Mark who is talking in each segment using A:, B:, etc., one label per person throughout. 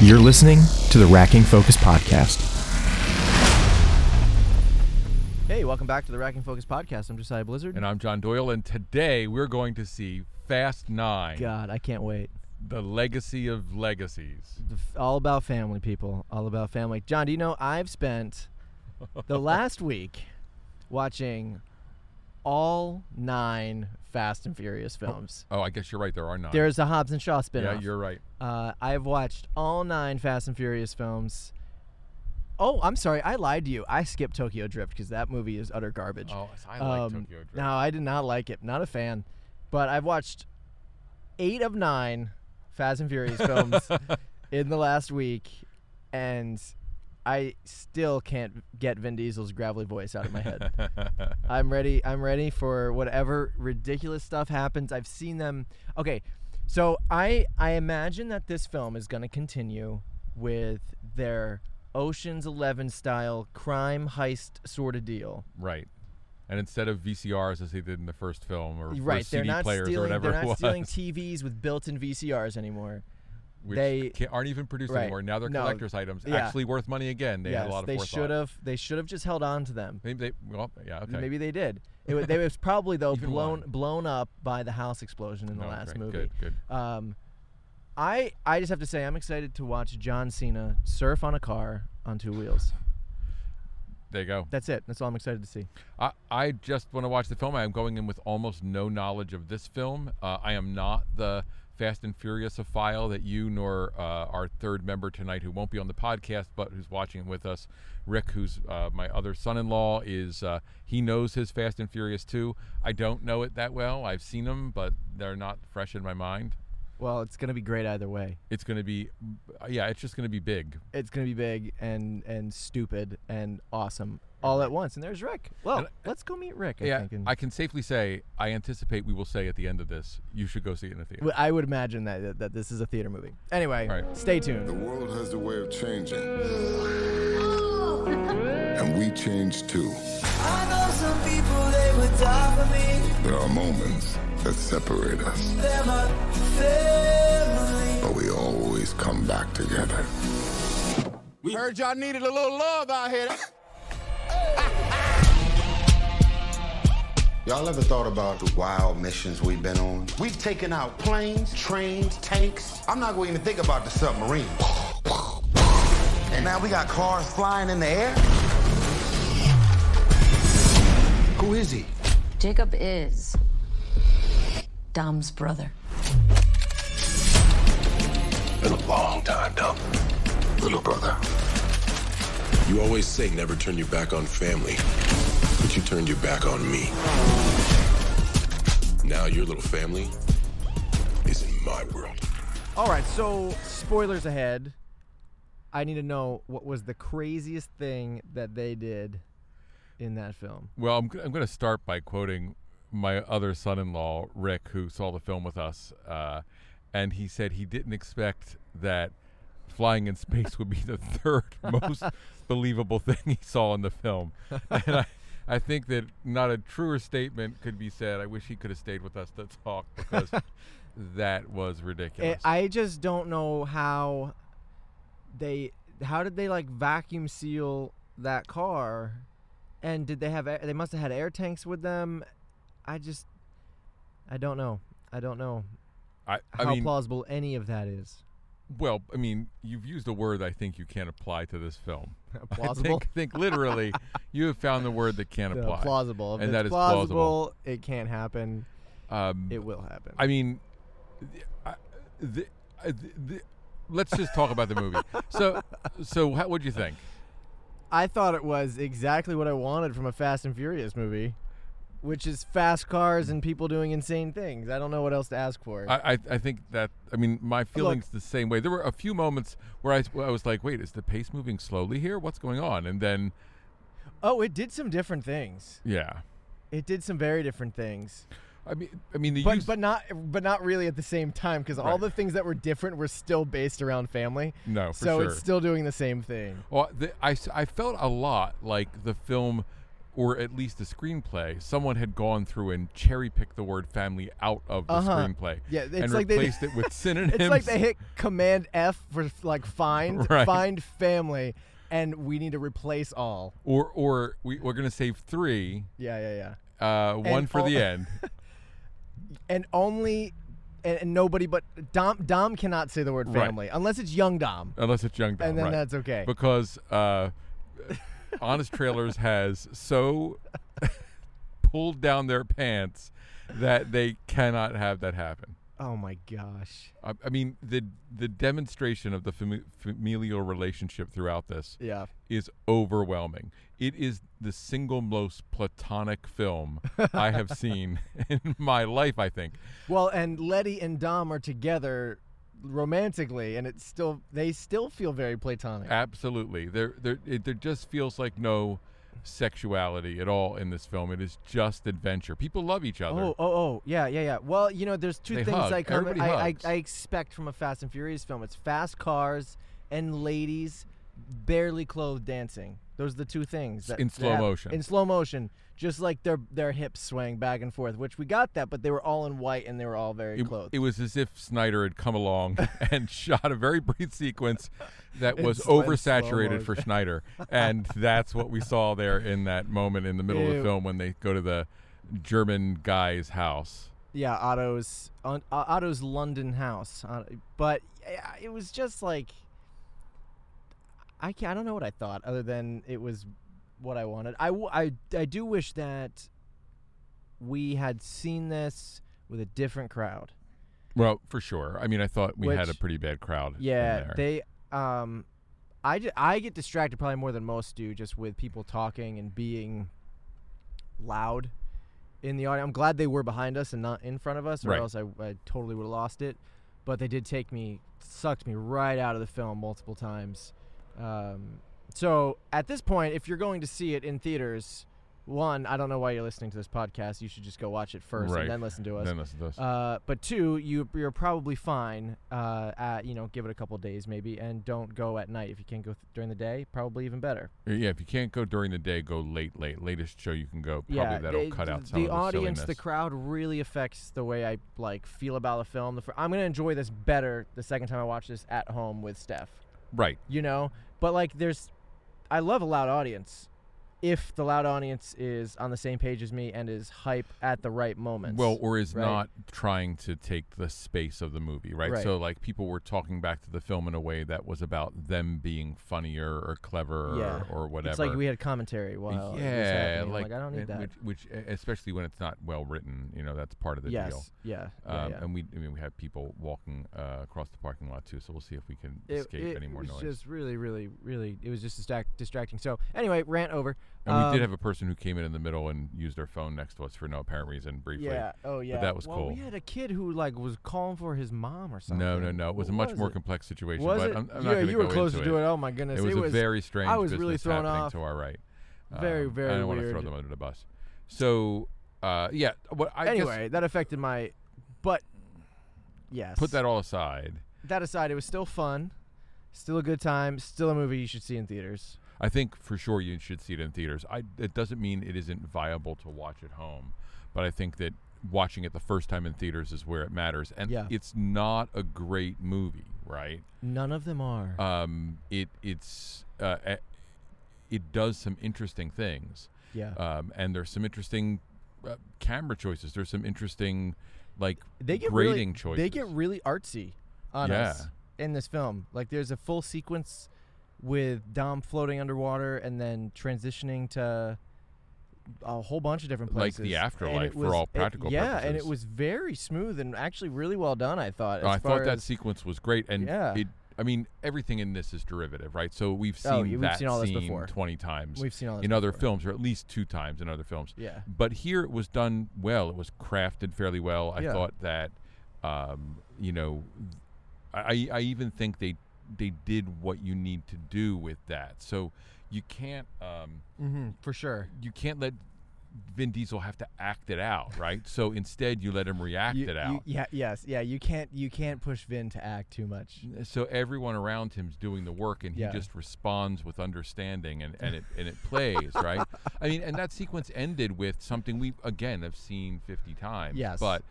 A: You're listening to the Racking Focus Podcast.
B: Hey, welcome back to the Rack and Focus podcast. I'm Josiah Blizzard.
C: And I'm John Doyle, and today we're going to see Fast Nine,
B: God, I can't wait.
C: the legacy of legacies.
B: The f- All about family, people. All about family. John, do you know I've spent the last week watching all nine Fast and Furious films.
C: Oh, I guess you're right. There are nine.
B: There's a Hobbs and Shaw
C: yeah,
B: spinoff.
C: you're right.
B: uh, I've watched all nine Fast and Furious films. Oh, I'm sorry. I lied to you. I skipped Tokyo Drift because that movie is utter garbage.
C: Oh, yes, I like
B: Um,
C: Tokyo Drift.
B: No, I did not like it. Not a fan. But I've watched eight of nine Fast and Furious films in the last week, and I still can't get Vin Diesel's gravelly voice out of my head. I'm ready. I'm ready for whatever ridiculous stuff happens. I've seen them. Okay, so I I imagine that this film is going to continue with their Ocean's Eleven style crime heist sort of deal.
C: right. And instead of VCRs as they did in the first film, or, or
B: right they're
C: CD
B: not
C: players
B: stealing
C: or whatever
B: they're not
C: it was,
B: stealing tvs with built-in vcrs anymore
C: which
B: they-
C: ca- aren't even produced
B: right.
C: anymore. Now they're
B: No,
C: collector's items,
B: yeah.
C: actually worth money again. They had a lot of
B: they
C: forethought.
B: should have they should have just held on to them
C: Maybe they. Well, yeah. Okay.
B: maybe they did it was, they was probably though
C: Even
B: blown
C: why?
B: blown up by the house explosion in the
C: No,
B: last
C: Oh, great,
B: movie
C: Good. Good.
B: um i i just have to say i'm excited to watch john cena surf on a car on two wheels
C: There you go.
B: that's it that's all i'm excited to see
C: I, I just want to watch the film. I'm going in with almost no knowledge of this film. Uh, I am not the Fast and Furious file that you nor uh, our third member tonight, who won't be on the podcast but who's watching with us, Rick, who's uh, my other son-in-law, is uh, he knows his Fast and Furious too. I don't know it that well. I've seen them, but they're not fresh in my mind.
B: well it's gonna be great either way
C: It's going to be, yeah, it's just going to be big.
B: it's gonna be big and and stupid and awesome all at once and there's rick well
C: And-
B: let's go meet rick i
C: yeah,
B: think and-
C: I can safely say I anticipate we will say at the end of this, you should go see it in the theater.
B: Well, I would imagine that, that that this is a theater movie. Anyway,
C: All right.
B: stay
D: The
B: tuned.
D: world has a way of changing. And we change too.
E: I know some people they would die for me.
D: There are moments that separate us,
E: They're my family.
D: but we always come back together.
F: We heard y'all needed a little love out here.
G: Y'all ever thought about the wild missions we've been on? We've taken out planes, trains, tanks. I'm not going to even think about the submarine. And now we got cars flying in the air? Who is he?
H: Jacob is Dom's brother.
D: Been a long time, Dump. Little brother.
I: You always say never turn your back on family, but you turned your back on me. Now your little family is in my world.
B: All right, so spoilers ahead. I need to know what was the craziest thing that they did in that film.
C: Well, I'm, g- I'm going to start by quoting my other son in law, Rick, who saw the film with us. Uh, and he said he didn't expect that flying in space would be the third most believable thing he saw in the film. And I, I think that not a truer statement could be said. I wish he could have stayed with us to talk because that was
B: I
C: ridiculous.
B: Eh, I just don't know how they how did they like vacuum seal that car, and did they have air, they must have had air tanks with them? I just I don't know. I don't know
C: I, I
B: how
C: mean,
B: plausible any of that is.
C: Well, I mean, you've used a word I think you can't apply to this film.
B: Plausible?
C: I think, think literally, you have found the word that can't
B: Uh,
C: apply.
B: plausible. If
C: and
B: it's
C: that is
B: plausible, It can't happen.
C: Um,
B: It will happen.
C: I mean, th- I- th- I- th- th- let's just talk about the movie. So, so what would you think?
B: I thought it was exactly what I wanted from a Fast and Furious movie, which is fast cars and people doing insane things. I don't know what else to ask for.
C: I, I, I think that I mean my feelings the same way. There were a few moments where I, s- where I was like, wait, is the pace moving slowly here? What's going on? And then
B: oh, it did some different things.
C: yeah,
B: It did some very different things,
C: I mean, I mean the
B: but
C: use.
B: but not but not really at the same time because all
C: Right.
B: the things that were different were still based around family.
C: No, for
B: so
C: sure.
B: it's still doing the same thing.
C: Well, the, I, s- I felt a lot like the film or at least the screenplay, someone had gone through and cherry picked the word family out of the
B: Uh-huh.
C: screenplay
B: Yeah, it's
C: and
B: like they-
C: replaced it with synonyms.
B: It's like they hit Command F for like find
C: Right.
B: find family, and we need to replace all.
C: or or we, we're going to save three,
B: Yeah, yeah, yeah.
C: uh, one for
B: all-
C: the end.
B: And only, and, and nobody but Dom. Dom cannot say the word
C: Right.
B: family unless it's young Dom,
C: Unless it's Young Dom,
B: and then
C: right.
B: that's okay.
C: Because uh, Honest Trailers has so pulled down their pants that they cannot have that happen.
B: oh my gosh.
C: I, I mean, the the demonstration of the fami- familial relationship throughout this
B: Yeah.
C: is overwhelming. It is the single most platonic film I have seen in my life. I think.
B: Well, and Letty and Dom are together romantically, and it's still they still feel very platonic.
C: Absolutely. There, there, it, there just feels like no sexuality at all in this film. It is just adventure. People love each other.
B: Oh, oh, oh, yeah, yeah, yeah. Well, you know, there's two
C: They
B: things
C: hug.
B: I, come,
C: Everybody
B: I,
C: hugs.
B: I I expect from a Fast and Furious film. It's fast cars and ladies barely clothed dancing. Those are the two things. That,
C: in
B: that
C: slow
B: hap-
C: motion.
B: In slow motion, just like their their hips swaying back and forth, which we got that, but they were all in white and they were all very
C: It,
B: clothed.
C: it was as if Snyder had come along and shot a very brief sequence that was
B: slow- in slow
C: oversaturated for Schneider. And that's what we saw there in that moment in the middle of the
B: Ew.
C: film when they go to the German guy's house.
B: yeah, Otto's on, uh, Otto's London house, uh, but yeah, it was just like I can I don't know what I thought other than it was what I wanted. I, w- I, I do wish that we had seen this with a different crowd.
C: Well, for sure. I mean, I thought we had a
B: Which-
C: pretty bad crowd. in
B: Yeah,
C: there.
B: they um I, ju- I get distracted probably more than most do just with people talking and being loud in the audience. I'm glad they were behind us and not in front of us or
C: Right.
B: else I, I totally would have lost it. But they did take me sucked me right out of the film multiple times. Um, so at this point if you're going to see it in theaters, one, I don't know why you're listening to this podcast. You should just go watch it first
C: Right.
B: and then listen to us.
C: Then listen to us.
B: Uh, but two, you you're probably fine. Uh, at, you know, give it a couple days maybe, and don't go at night if you can't go th- during the day. Probably even better.
C: Yeah, if you can't go during the day, go late, late. Latest show you can go, probably
B: yeah,
C: that'll
B: it-
C: cut out
B: the,
C: some of the
B: audience, the
C: silliness.
B: crowd really affects the way I like feel about the film. The fir- I'm gonna enjoy this better the second time I watch this at home with Steph.
C: right.
B: You know, but like there's, I love a loud audience. If the loud audience is on the same page as me and is hype at the right moments.
C: Well, or is
B: right?
C: not trying to take the space of the movie, right?
B: Right.
C: So, like, people were talking back to the film in a way that was about them being funnier or clever
B: Yeah.
C: or, or whatever.
B: It's like we had commentary while it was
C: yeah,
B: happening. I'm like, I don't need
C: and
B: that.
C: Which, which, especially when it's not well written, you know, that's part of the
B: yes.
C: deal.
B: Yeah.
C: Um,
B: yeah, yeah.
C: And we, I mean, we have people walking uh, across the parking lot too, so we'll see if we can
B: it,
C: escape
B: it
C: any more
B: was
C: noise.
B: just really, really, really. It was just distract- distracting. So anyway, rant over.
C: And we
B: Um,
C: did have a person who came in in the middle and used their phone next to us for no apparent reason briefly.
B: Yeah. Oh yeah.
C: that was
B: well, We
C: cool.
B: had a kid who like was calling for his mom or something.
C: No, no, no. It was
B: Wh-
C: a much
B: what
C: more
B: is it?
C: complex situation.
B: Was
C: but
B: it?
C: I'm, I'm
B: yeah,
C: not gonna
B: you were
C: go
B: closer
C: into
B: to it. Oh my goodness.
C: It was
B: it
C: a
B: was
C: very strange
B: I was
C: business
B: really thrown
C: happening
B: off.
C: to our right. Um,
B: Very, very
C: I don't want to throw
B: weird.
C: them under the bus. So, uh, yeah. What I guess
B: anyway, that affected my. But yes.
C: put that all aside.
B: that aside. It was still fun. Still a good time. Still a movie you should see in theaters.
C: I think for sure you should see it in theaters. I, it doesn't mean it isn't viable to watch at home, but I think that watching it the first time in theaters is where it matters. And
B: Yeah.
C: it's not a great movie, right?
B: None of them are.
C: Um, it it's uh, eh, it does some interesting things.
B: yeah.
C: um, and there's some interesting uh, camera choices. There's some interesting like
B: they get really-
C: grading choices.
B: They get really artsy on
C: Yeah.
B: us in this film. Like there's a full sequence with Dom floating underwater and then transitioning to a whole bunch of different
C: Like
B: places.
C: the
B: And
C: afterlife
B: it
C: for all
B: it-
C: practical
B: yeah, and it
C: purposes.
B: was very smooth and actually really well done. I thought. as
C: Oh, I
B: far
C: thought that
B: as-
C: sequence was great, and
B: Yeah.
C: it. I mean, everything in this is derivative, right? So we've seen
B: Oh, yeah, we've
C: that
B: seen all this
C: scene
B: before.
C: twenty times.
B: We've seen all this
C: in other
B: before.
C: films, or at least two times in other films.
B: Yeah.
C: But here it was done well. It was crafted fairly well. I
B: Yeah.
C: thought that, um, you know, I, I even think they they did what you need to do with that. So you can't. Um,
B: for sure.
C: you can't let Vin Diesel have to act it out, right? So instead, you let him react
B: You-
C: it
B: you-
C: out.
B: yeah. Yes. Yeah. You can't. You can't push Vin to act too much.
C: so everyone around him's doing the work and he
B: Yeah.
C: just responds with understanding and, and it and it plays right i mean and that sequence ended with something we again have seen 50 times
B: Yes.
C: but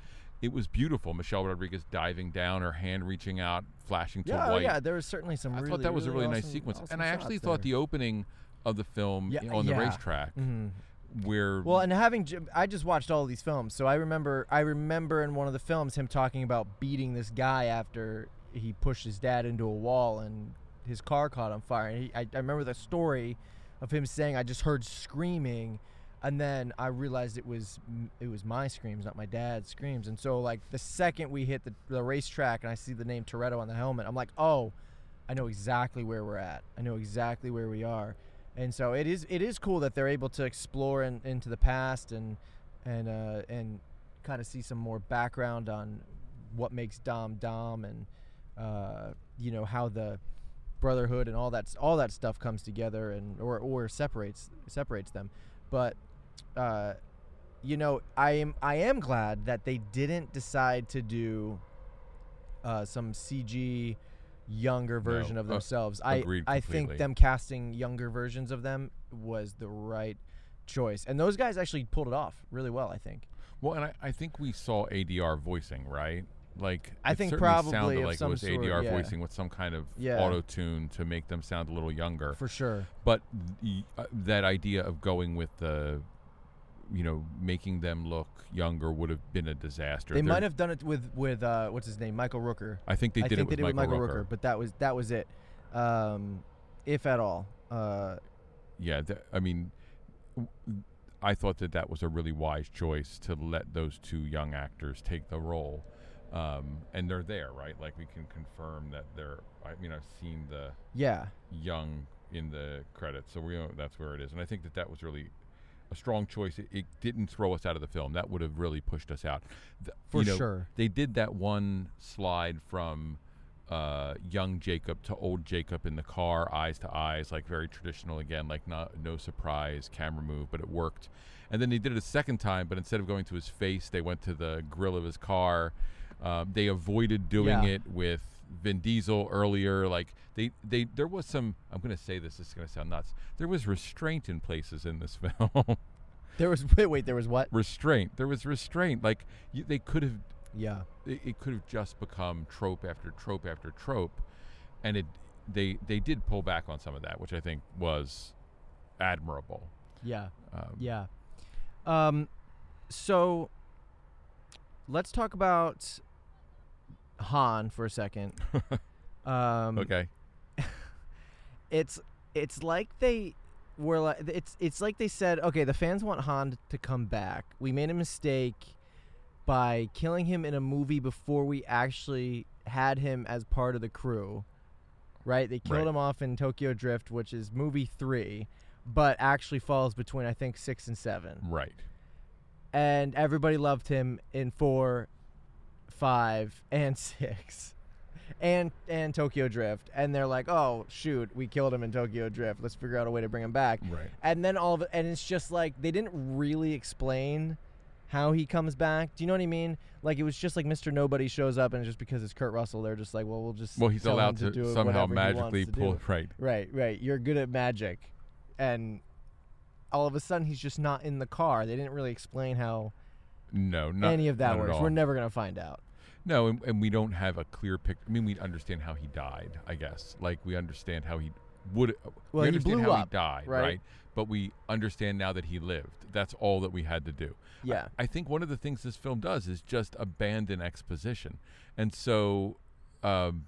C: it was beautiful michelle rodriguez diving down her hand reaching out flashing to
B: Yeah. oh,
C: white
B: yeah. There was certainly some.
C: i
B: really,
C: thought that was a really nice
B: awesome-
C: sequence
B: awesome
C: and i actually
B: shots
C: thought
B: there.
C: the opening of the film
B: Yeah,
C: you know, on
B: yeah.
C: the racetrack where
B: Well, and having Jim- I just watched all these films, so I remember I remember in one of the films him talking about beating this guy after he pushed his dad into a wall and his car caught on fire. And he, I, I remember the story of him saying, "I just heard screaming," and then I realized it was m- it was my screams, not my dad's screams. And so like the second we hit the, the racetrack and I see the name Toretto on the helmet, I'm like, "Oh, I know exactly where we're at. I know exactly where we are." and so it is it is cool that they're able to explore in, into the past and and uh, and kind of see some more background on what makes Dom Dom and uh, you know how the brotherhood and all that s- all that stuff comes together and or or separates separates them but uh, you know I am I am glad that they didn't decide to do uh, some CG younger version of
C: uh,
B: themselves I
C: agreed
B: I think
C: completely.
B: them casting younger versions of them was the right choice and those guys actually pulled it off really well I think
C: Well, and I, I think we saw ADR voicing, right? Like
B: I
C: it
B: think
C: certainly
B: probably
C: sounded
B: of
C: like
B: some
C: it was
B: sort,
C: ADR
B: yeah.
C: voicing with some kind of
B: Yeah.
C: auto tune to make them sound a little younger.
B: for sure
C: but the, uh, that idea of going with the, you know, making them look younger would have been a disaster.
B: they
C: They're-
B: might have done it with with uh, what's his name Michael Rooker
C: I think they
B: I
C: did
B: think
C: it with
B: they did
C: Michael
B: it with Michael
C: Rooker.
B: Rooker. but that was that was it, um, if at all. Uh,
C: Yeah, th- I mean, w- I thought that that was a really wise choice to let those two young actors take the role, um, and they're there, right? Like we can confirm that they're. I mean, I've seen the.
B: yeah,
C: Young in the credits, so we know that's where it is. And I think that that was really a strong choice. It, it didn't throw us out of the film. That would have really pushed us out. Th-
B: For
C: you know,
B: sure.
C: They did that one slide from uh, young Jacob to old Jacob in the car, eyes to eyes, like very traditional again, like not no surprise camera move, but it worked. And then they did it a second time, but instead of going to his face, they went to the grill of his car. Um, they avoided doing
B: Yeah.
C: it with Vin Diesel earlier. Like they, they, there was some. I'm going to say this. This is going to sound nuts. There was restraint in places in this film.
B: there was wait wait there was what?
C: restraint. There was restraint. Like you, they could have
B: Yeah,
C: it, it could have just become trope after trope after trope, and it they they did pull back on some of that, which I think was admirable.
B: yeah,
C: Um,
B: yeah. Um, so let's talk about Han for a second. um,
C: Okay.
B: it's it's like they were like it's it's like they said okay the fans want Han to come back we made a mistake by killing him in a movie before we actually had him as part of the crew right they killed
C: Right.
B: him off in Tokyo Drift which is movie 3 but actually falls between I think 6 and 7
C: Right.
B: and everybody loved him in 4 5 and 6 and and Tokyo Drift, and they're like, "Oh shoot, we killed him in Tokyo Drift. Let's figure out a way to bring him back."
C: Right.
B: And then all of and it's just like they didn't really explain how he comes back. Do you know what I mean? Like it was just like Mr. Nobody shows up, and just because it's Kurt Russell, they're just like, "Well, we'll just
C: Well, he's
B: tell him
C: allowed
B: to,
C: to,
B: do
C: somehow
B: whatever he wants
C: magically
B: to
C: pull
B: do."
C: right.
B: Right, right. You're good at magic, and all of a sudden he's just not in the car. They didn't really explain how
C: No, not
B: any of
C: not
B: that
C: at
B: works.
C: all.
B: We're never gonna find out.
C: No, and, and we don't have a clear picture. I mean, we understand how he died, I guess. Like we understand how he would. uh,
B: Well,
C: we
B: he
C: understand
B: blew
C: how
B: up,
C: he died,
B: right?
C: But we understand now that he lived. That's all that we had to do. I-
B: Yeah.
C: I, think one of the things this film does is just abandon exposition, and so. Um,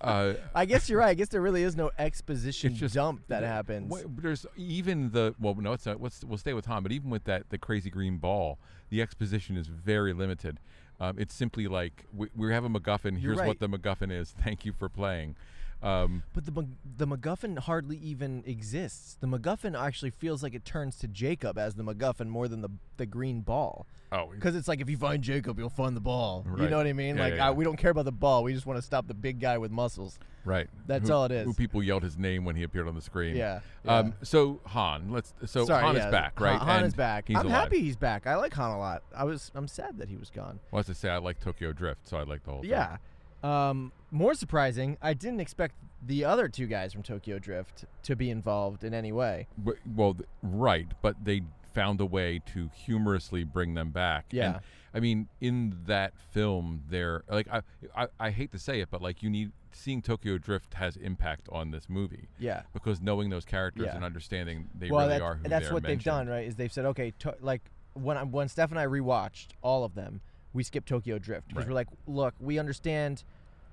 C: uh,
B: I guess you're right. I guess there really is no exposition
C: it's just
B: dump that
C: the-
B: happens.
C: wha- there's even the well, no, it's not. Let's, we'll stay with Tom, but even with that, the crazy green ball, the exposition is very limited. Um, it's simply like we, we have a MacGuffin.
B: You're
C: Here's
B: right.
C: what the MacGuffin is. Thank you for playing. Um,
B: But the Mc- the MacGuffin hardly even exists. The MacGuffin actually feels like it turns to Jacob as the MacGuffin more than the the green ball.
C: oh,
B: Because it's like if you find Jacob, you'll find the ball. You
C: Right.
B: know what I mean?
C: Yeah,
B: like
C: yeah,
B: I,
C: yeah.
B: we don't care about the ball. We just want to stop the big guy with muscles.
C: right.
B: That's
C: Who-
B: all it is.
C: Who people yelled his name when he appeared on the screen.
B: Yeah,
C: Um,
B: yeah.
C: so Han, let's. So
B: Sorry,
C: Han
B: yeah,
C: is back, right?
B: Han, Han is
C: And
B: back.
C: He's
B: I'm
C: alive.
B: happy he's back. I like Han a lot. I was I'm sad that he was gone.
C: Well, as I say, I like Tokyo Drift, so I like the whole. thing.
B: Yeah. Um, more surprising, I didn't expect the other two guys from Tokyo Drift to be involved in any way.
C: W- well th- right but they found a way to humorously bring them back And,
B: Yeah.
C: i mean in that film they're like I, I i hate to say it but like you need seeing tokyo drift has impact on this movie
B: Yeah.
C: because knowing those characters
B: Yeah.
C: and understanding they
B: well,
C: really
B: that's,
C: are who
B: that's
C: they're
B: what they've
C: mentioned.
B: done, right? Is they've said, okay, to, like when I, when Steph and I rewatched all of them, we skipped Tokyo Drift because
C: Right.
B: we're like, look, we understand,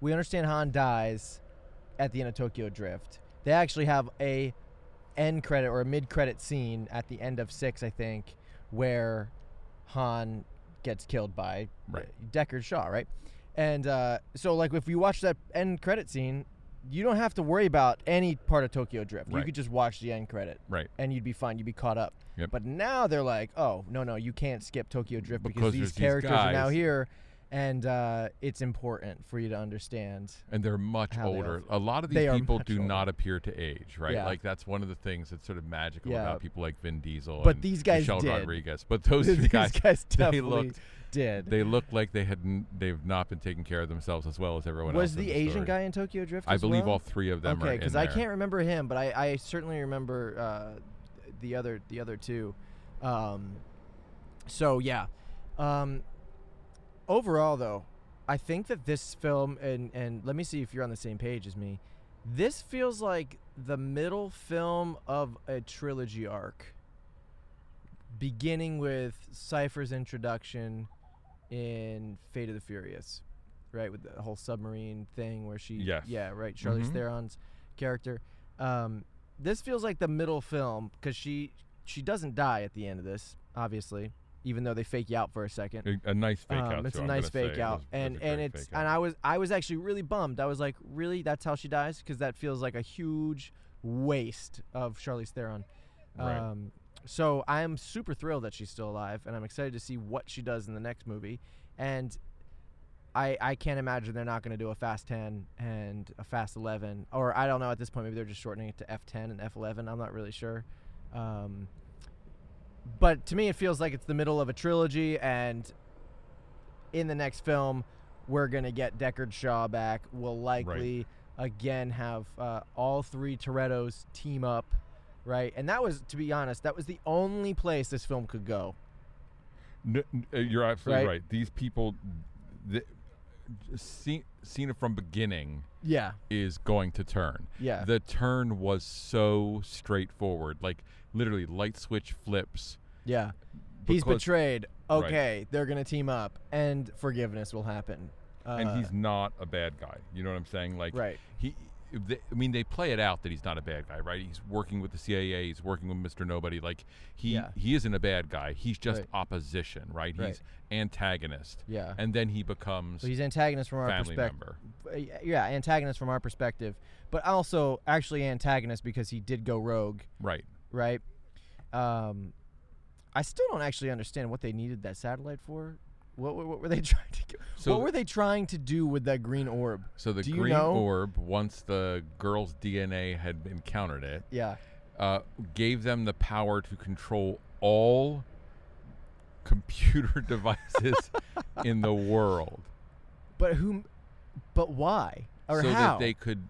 B: we understand Han dies at the end of Tokyo Drift. They actually have a end credit or a mid credit scene at the end of six, I think, where Han gets killed by uh,
C: Right.
B: Deckard Shaw, right? And uh, so, like, if you watch that end credit scene, you don't have to worry about any part of Tokyo Drift. You
C: Right.
B: could just watch the end credit
C: right
B: and you'd be fine. You'd be caught up.
C: Yep.
B: But now they're like, oh no no, you can't skip Tokyo Drift because,
C: Because
B: these
C: there's these
B: characters are now
C: guys.
B: here, and uh, it's important for you to understand.
C: and they're much
B: How they
C: older.
B: are-
C: A lot of these
B: they are
C: people
B: much
C: do
B: older.
C: not appear to age, right?
B: Yeah.
C: Like that's one of the things that's sort of magical
B: Yeah.
C: about people like Vin Diesel.
B: But
C: and
B: these guys
C: Michelle
B: did.
C: Rodriguez. But those two
B: These
C: guys,
B: guys
C: they
B: definitely
C: looked
B: did.
C: They looked like they had n- they've not been taking care of themselves as well as everyone else.
B: was
C: in
B: the Asian
C: story.
B: guy in Tokyo Drift?
C: I
B: as
C: believe
B: well?
C: all three of them are
B: okay,
C: in
B: I
C: there.
B: can't remember him, but I, I certainly remember uh, the other the other two. Um, so yeah, um, overall though, I think that this film and and let me see if you're on the same page as me. This feels like the middle film of a trilogy arc, beginning with Cypher's introduction in Fate of the Furious, right? With the whole submarine thing where she,
C: Yes.
B: yeah, right. Charlize
C: Mhm.
B: Theron's character. Um, this feels like the middle film because she she doesn't die at the end of this, obviously, even though they fake you out for a second.
C: A, a nice fake
B: Um,
C: out.
B: it's a
C: too, I'm
B: nice
C: gonna say. It
B: fake out,
C: was- was
B: and
C: a
B: and
C: great
B: it's
C: fake out.
B: and I was I was actually really bummed. I was like, really, that's how she dies because that feels like a huge waste of Charlize Theron.
C: Right.
B: Um, so I'm super thrilled that she's still alive, and I'm excited to see what she does in the next movie. And I I can't imagine they're not going to do a Fast 10 and a Fast 11, or I don't know at this point. Maybe they're just shortening it to F10 and F11. I'm not really sure. Um, but to me, it feels like it's the middle of a trilogy, and in the next film, we're gonna get Deckard Shaw back. We'll likely again have uh, all three Toretto's team up, right? And that was, to be honest, that was the only place this film could go.
C: N- n- uh, you're absolutely
B: Right?
C: right. These people, the, see, seen it from beginning.
B: Yeah,
C: is going to turn.
B: Yeah.
C: The turn was so straightforward. Like literally light switch flips.
B: yeah. he's
C: Because-
B: betrayed.
C: Right.
B: Okay, they're gonna team up, and forgiveness will happen. Uh,
C: and he's not a bad guy. You know what I'm saying? Like
B: Right.
C: he they, I mean they play it out that he's not a bad guy, right? He's working with the CIA, he's working with Mr. Nobody. Like he
B: Yeah.
C: he isn't a bad guy. He's just
B: Right.
C: opposition, right?
B: Right.
C: He's antagonist.
B: Yeah.
C: And then he becomes
B: so he's antagonist from our
C: family
B: perspective.
C: member.
B: uh, Yeah, antagonist from our perspective, but also actually antagonist because he did go rogue.
C: Right.
B: right? Um, I still don't actually understand what they needed that satellite for. What, what, what were they trying to? Get,
C: So
B: what
C: the-
B: were they trying to do with that green orb?
C: So the
B: Do you
C: green
B: know?
C: orb, once the girl's DNA had encountered it,
B: Yeah,
C: uh, gave them the power to control all computer devices in the world
B: but whom? But why? Or
C: so
B: how?
C: that they could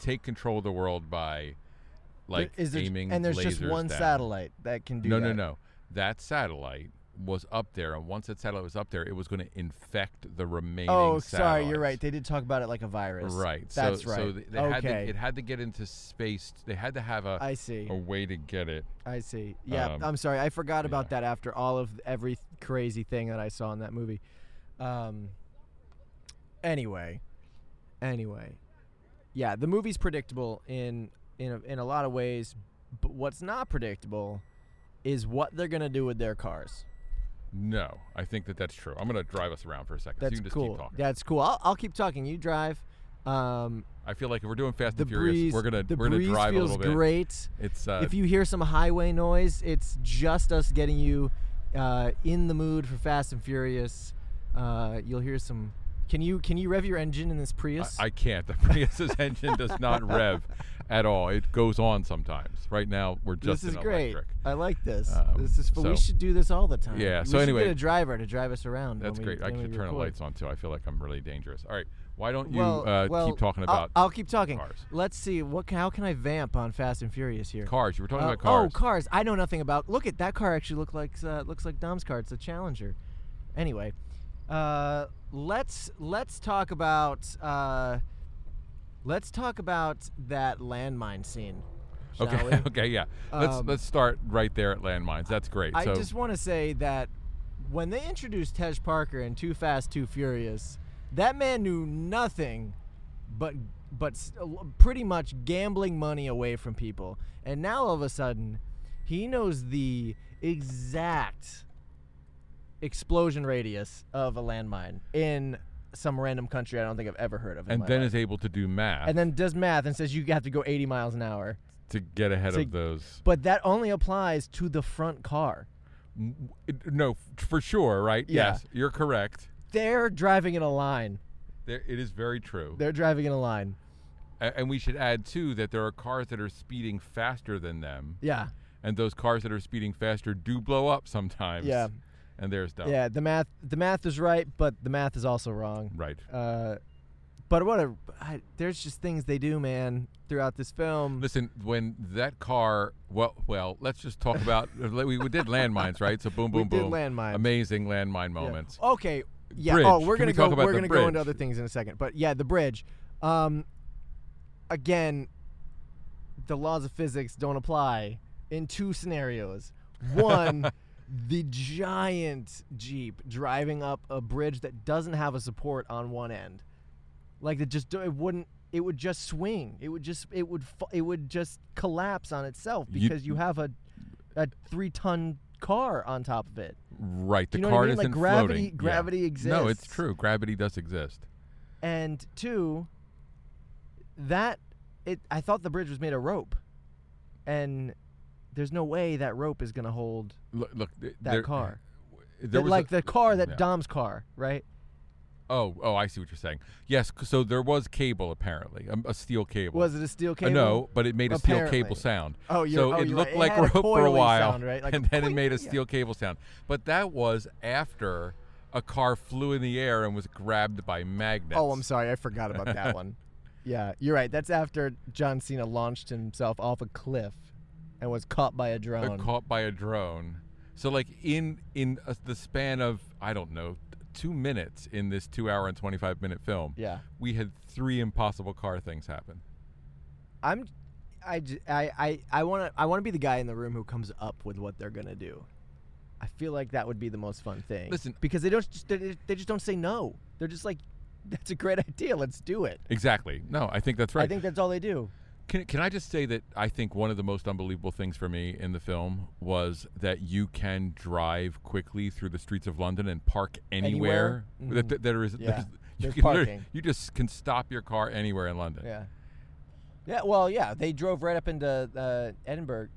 C: take control of the world by
B: There-
C: like
B: is there,
C: aiming
B: and there's
C: lasers
B: just one
C: down.
B: satellite that can do
C: no
B: that.
C: no no that satellite was up there and once that satellite was up there it was going to infect the remaining
B: Oh, sorry, you're
C: satellites.
B: right. They did talk about it like a virus.
C: right
B: That's
C: so,
B: right.
C: so they, they
B: okay,
C: had to, it had to get into space they had to have a,
B: I see.
C: a way to get it
B: I see. Yeah,
C: Um,
B: I'm sorry. I forgot about that after all of every crazy thing that I saw in that movie. Um. Anyway, anyway, yeah, the movie's predictable in in a, in a lot of ways, but what's not predictable is what they're gonna do with their cars.
C: no i think that that's true i'm going to drive us around for a second so
B: That's
C: you can just
B: cool.
C: keep talking
B: That's cool. I'll, I'll keep talking. You drive. Um,
C: I feel like if we're doing Fast
B: The
C: and Furious,
B: breeze.
C: we're gonna
B: the
C: we're gonna
B: breeze
C: drive
B: feels
C: a little bit.
B: great.
C: It's uh,
B: if you hear some highway noise, it's just us getting you uh, in the mood for Fast and Furious. Uh, you'll hear some. Can you can you rev your engine in this Prius?
C: I can't. The Prius's engine does not rev at all. It goes on sometimes. Right now, we're just
B: this is
C: in
B: great.
C: electric.
B: I like this.
C: Um,
B: this is. But we
C: so-
B: should do this all the time.
C: Yeah,
B: We
C: so
B: should
C: anyway-
B: get a driver to drive us around. when
C: That's
B: we-
C: great. I
B: when
C: should
B: we
C: turn the
B: record.
C: lights on too. I feel like I'm really dangerous. All right. Why don't you
B: Well,
C: uh,
B: well,
C: keep talking
B: I'll-
C: about
B: I'll, keep talking.
C: cars?
B: Let's see what. How can I vamp on Fast and Furious here?
C: cars? You were talking
B: Uh,
C: about cars.
B: Oh, cars! I know nothing about. Look at that car. Actually, look like uh, looks like Dom's car. It's a Challenger. Anyway, uh, let's let's talk about uh, let's talk about that landmine scene. Shall
C: okay.
B: we?
C: okay. Yeah. Let's
B: Um,
C: let's start right there at landmines. That's great.
B: I
C: so
B: just want to say that when they introduced Tej Parker in Too Fast, Too Furious, that man knew nothing but but s- pretty much gambling money away from people. And now all of a sudden, he knows the exact explosion radius of a landmine in some random country I don't think I've ever heard of. in
C: and
B: my
C: then
B: life.
C: is able to do math
B: and then does math and says you have to go 80 miles an hour.
C: to get ahead
B: to-
C: of those.
B: But that only applies to the front car.
C: It- No, f- for sure. Right.
B: Yeah.
C: Yes. You're correct.
B: They're driving in a line.
C: There, it is very true.
B: They're driving in a line.
C: A- and we should add too that there are cars that are speeding faster than them.
B: Yeah.
C: and those cars that are speeding faster do blow up sometimes.
B: Yeah.
C: and there's dumb.
B: Yeah, the math the math is right, but the math is also wrong.
C: right.
B: Uh but what a I, there's just things they do, man, throughout this film.
C: Listen, when that car, well, well, let's just talk about uh, we, we did landmines, right? So boom,
B: We
C: boom,
B: did
C: boom,
B: landmines.
C: amazing landmine
B: Yeah.
C: moments.
B: Okay. Yeah. Oh,
C: Bridge.
B: we're
C: Can
B: gonna
C: we
B: go.
C: talk about
B: we're
C: the
B: gonna go into
C: bridge?
B: other things in a second. But yeah, the bridge. Um, again, the laws of physics don't apply in two scenarios. One, the giant jeep driving up a bridge that doesn't have a support on one end, like it just it wouldn't. It would just swing. It would just. It would. fu- It would just collapse on itself
C: You-
B: because you have a, a three-ton car on top of it.
C: Right, the
B: you know what I
C: car
B: mean? Like,
C: isn't
B: gravity-
C: floating. Yeah.
B: gravity
C: No, it's
B: exists.
C: true. Gravity does exist.
B: and two that it i thought the bridge was made of rope and there's no way that rope is going to hold
C: Look, look th-
B: that
C: there-
B: car
C: There
B: That-
C: was
B: like
C: a-
B: the car that
C: yeah.
B: dom's car right
C: Oh, oh, I see what you're saying. Yes, c- so there was cable apparently, um, a steel cable.
B: was it a steel
C: Uh,
B: cable
C: no, but it made a steel
B: Apparently.
C: cable sound.
B: Oh, you're-
C: so
B: oh,
C: it
B: you're
C: looked
B: right. It
C: like
B: had a
C: rope for a
B: coily
C: whiile,
B: sound, right? Like a
C: and then it made a
B: yeah.
C: steel cable sound. But that was after a car flew in the air and was grabbed by magnets.
B: oh i'm sorry i forgot about that one yeah you're right that's after john cena launched himself off a cliff and was caught by a
C: Uh,
B: drone
C: Caught by a drone. So like in in uh, the span of I don't know t- two minutes in this two hour and twenty five minute film,
B: yeah
C: we had three impossible car things happen.
B: i'm i j- i i, I want to i want to be the guy in the room who comes up with what they're going to do i feel like that would be the most fun thing
C: Listen-
B: because they don't just, they, they just don't say no they're just like that's a great idea let's do it
C: Exactly. No, I think that's right.
B: i think that's all they do
C: Can, can I just say that I think one of the most unbelievable things for me in the film was that you can drive quickly through the streets of London and park anywhere.
B: Anywhere? Mm-hmm.
C: That, that there is,
B: Yeah.
C: there's- you,
B: There's
C: can literally-
B: parking.
C: you just can stop your car anywhere in London.
B: yeah yeah well yeah they drove right up into uh, edinburgh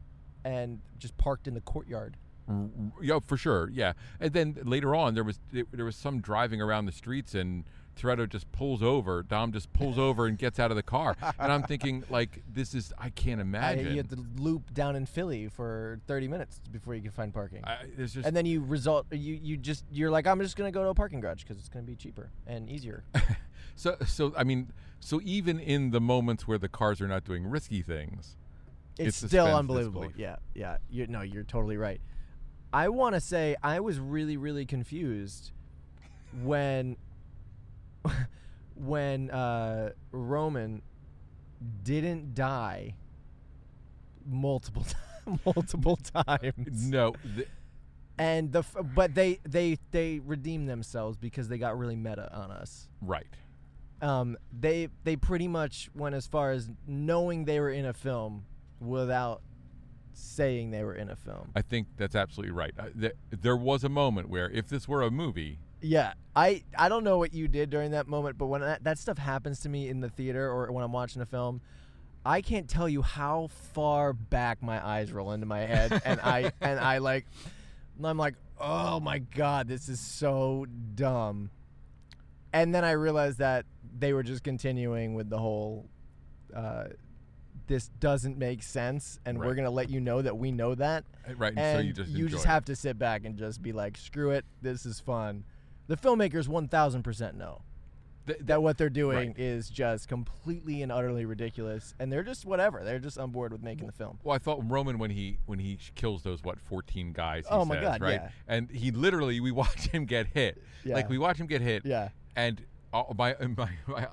B: and just parked in the courtyard
C: R- yeah, for sure. Yeah, and then later on there was it, there was some driving around the streets and. Toretto just pulls over. Dom just pulls over and gets out of the car, and I'm thinking like, this is I can't
B: I-
C: imagine.
B: you had to loop down in philly for 30 minutes before you could find parking
C: I, there's just
B: and then you result you you just you're like i'm just gonna go to a parking garage because it's gonna be cheaper and easier
C: So, so I mean, so even in the moments where the cars are not doing risky things,
B: it's,
C: It
B: still
C: suspends
B: unbelievable.
C: disbelief.
B: Yeah, yeah. You no, you're totally right. I want to say I was really, really confused when when uh, Roman didn't die multiple ti- multiple times,
C: no, th-
B: and the f- but they they they redeemed themselves because they got really meta on us.
C: right,
B: Um, they they pretty much went as far as knowing they were in a film without saying they were in a film.
C: I think that's absolutely right. Uh, th- there was a moment where, if this were a movie,
B: Yeah, I I don't know what you did during that moment, but when that, that stuff happens to me in the theater or when I'm watching a film, I can't tell you how far back my eyes roll into my head and I and I like and I'm like, "Oh my god, this is so dumb." And then I realized that they were just continuing with the whole uh, this doesn't make sense and we're
C: Right.
B: going to let you know that we know that
C: Right, and so you just
B: you just
C: enjoy it.
B: have to sit back and just be like, screw it, this is fun. The filmmakers one thousand percent know
C: Th- th-
B: that what they're doing is just completely and utterly ridiculous, and they're just whatever. They're just on board with making the film.
C: Well, I thought Roman when he when he sh- kills those what fourteen guys. He
B: Oh my
C: says,
B: God,
C: Right,
B: yeah.
C: and he literally we watch him get hit.
B: Yeah.
C: Like we watch him get hit.
B: Yeah.
C: and uh, my, my, my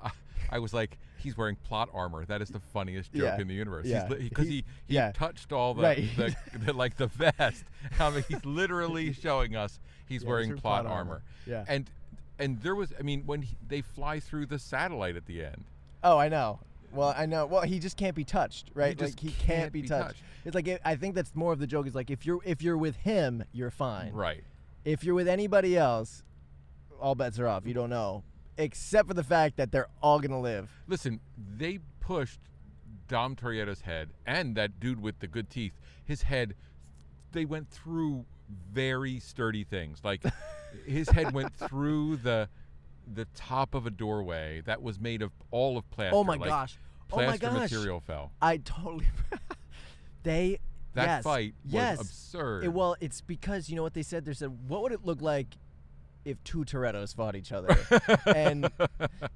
C: I was like, he's wearing plot armor. That is the funniest joke
B: Yeah.
C: in the universe.
B: Yeah.
C: because he he,
B: yeah.
C: touched all the,
B: Right.
C: the, the like the vest. I mean, he's literally showing us he's
B: Yeah,
C: wearing
B: he's wearing
C: plot,
B: plot armor.
C: armor.
B: Yeah.
C: and and there was I mean when he, they fly through the satellite at the end.
B: Oh, I know. Well, I know. Well, he just can't be touched, right?
C: just
B: like he can't,
C: can't
B: be,
C: be
B: touched.
C: touched.
B: It's like I think that's more of the joke. Is like if you're if you're with him, you're fine.
C: Right.
B: If you're with anybody else, all bets are off. You don't know, except for the fact that they're all gonna live.
C: Listen, they pushed Dom Toretto's head and that dude with the good teeth. His head, they went through very sturdy things. Like his head went through the the top of a doorway that was made of all of plaster.
B: Oh my
C: like,
B: gosh. Oh my
C: Plaster
B: gosh.
C: material fell.
B: I totally. they
C: That
B: yes,
C: fight was
B: yes.
C: absurd.
B: It- well, it's because you know what they said. They said, "What would it look like if two Torettos fought each other?" and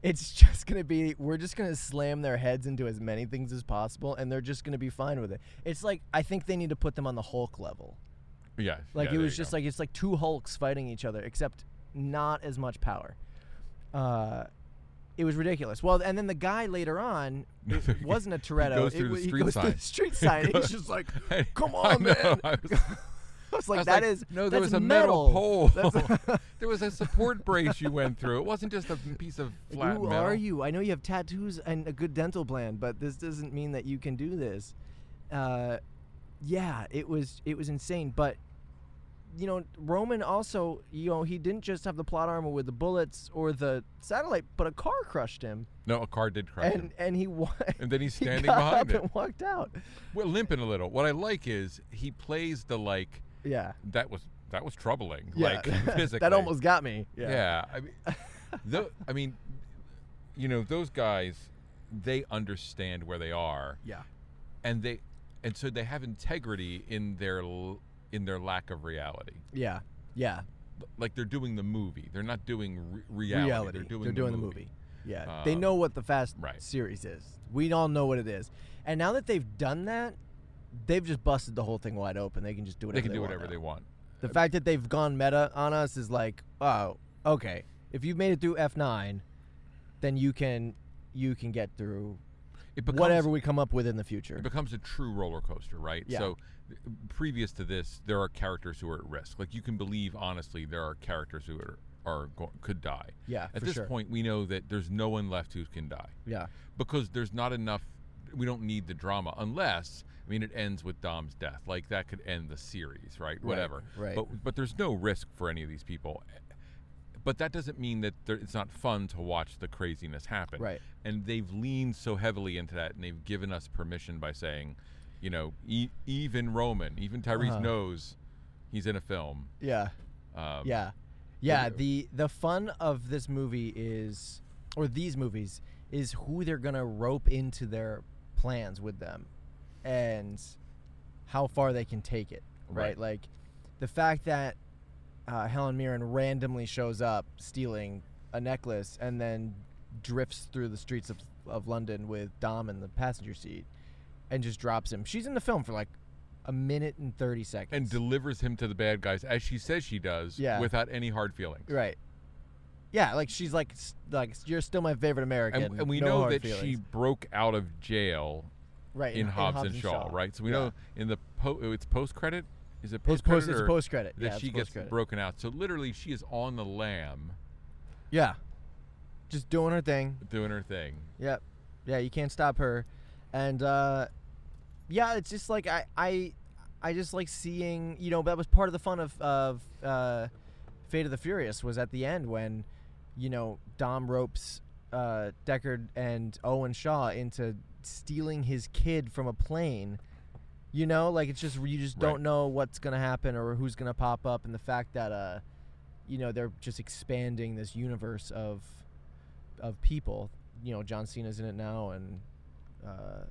B: it's just gonna be we're just gonna slam their heads into as many things as possible, and they're just gonna be fine with it. It's like I think they need to put them on the Hulk level.
C: Yeah.
B: Like it
C: yeah, there
B: was
C: you
B: just
C: go.
B: like it's like two Hulks fighting each other, except not as much power. Uh, it was ridiculous. Well, and then the guy later on it wasn't a Toretto.
C: goes
B: it
C: through the
B: wa- he
C: street
B: goes through
C: sign.
B: the street sign. and He's just like, "Come
C: I
B: on,
C: know,
B: man!"
C: I was-
B: I was like,
C: I was
B: "That
C: like,
B: is
C: no. There
B: that's
C: was a metal,
B: That's-
C: pole. there was a support brace you went through. It wasn't just a piece of flat
B: Who
C: metal.
B: are you? I know you have tattoos and a good dental plan, but this doesn't mean that you can do this. Uh, yeah, it was it was insane. But you know, Roman also, you know, he didn't just have the plot armor with the bullets or the satellite, but a car crushed him,
C: No, a car did crush him.
B: and and he wa-
C: And then he's
B: he
C: standing
B: got
C: behind
B: up
C: it.
B: and walked out.
C: We're limping a little. What I like is he plays the like
B: Yeah,
C: that was that was troubling.
B: yeah.
C: Like physically.
B: that almost got me. Yeah,
C: Yeah. I mean, tho- I mean, you know, those guys, they understand where they are,
B: yeah.
C: and they, and so they have integrity in their l- in their lack of reality.
B: yeah. yeah.
C: Like they're doing the movie. They're not doing re- reality. They're doing, the, movie.
B: Yeah, they
C: Um,
B: know what the Fast
C: right.
B: series is. We all know what it is, and now that they've done that, they've just busted the whole thing wide open. They can just do whatever
C: They
B: they,
C: can do whatever
B: want
C: they
B: now.
C: want.
B: The fact that they've gone meta on us is like, oh, okay. If you've made it through F nine, then you can you can get through
C: It becomes,
B: whatever we come up with in the future.
C: It becomes a true roller coaster, right?
B: Yeah.
C: So, th- previous to this, there are characters who are at risk. Like you can believe honestly, there are characters who are, are go- could die.
B: Yeah,
C: At
B: for
C: this
B: sure.
C: point, we know that there's no one left who can die.
B: Yeah.
C: Because there's not enough. We don't need the drama unless I mean it ends with Dom's death. Like that could end the series, right? Whatever.
B: right.
C: But but there's no risk for any of these people. But that doesn't mean that there, it's not fun to watch the craziness happen.
B: Right.
C: And they've leaned so heavily into that, and they've given us permission by saying, you know, e- even Roman, even Tyrese
B: Uh-huh.
C: knows he's in a film.
B: yeah.
C: Um,
B: Yeah, yeah. The the fun of this movie is, or these movies, is who they're gonna rope into their plans with them, and how far they can take it. Right.
C: Right.
B: Like the fact that uh, Helen Mirren randomly shows up stealing a necklace and then drifts through the streets of of London with Dom in the passenger seat and just drops him. She's in the film for like a minute and thirty seconds.
C: And delivers him to the bad guys as she says she does,
B: Yeah.
C: without any hard feelings.
B: Right. Yeah, like she's like s- like you're still my favorite American,
C: And, and we
B: no
C: know
B: hard
C: that she
B: feelings."
C: broke out of jail
B: right
C: in, Hobbs, and Shaw, right? So we
B: Yeah.
C: know in the po- it's post credit. Is it
B: It's
C: post
B: post-
C: credit?
B: it's post-credit.
C: That
B: Yeah,
C: she
B: it's
C: gets
B: post-credit.
C: broken out. So literally, she is on the lam
B: Yeah, just doing her thing.
C: doing her thing.
B: Yep. Yeah, you can't stop her, and uh, yeah, it's just like I I I just like seeing you know that was part of the fun of of uh, Fate of the Furious was at the end when, you know, Dom ropes uh, Deckard and Owen Shaw into stealing his kid from a plane. You know, like it's just you just
C: Right.
B: don't know what's gonna happen or who's gonna pop up, and the fact that uh, you know, they're just expanding this universe of of people. You know, John Cena's in it now, and uh,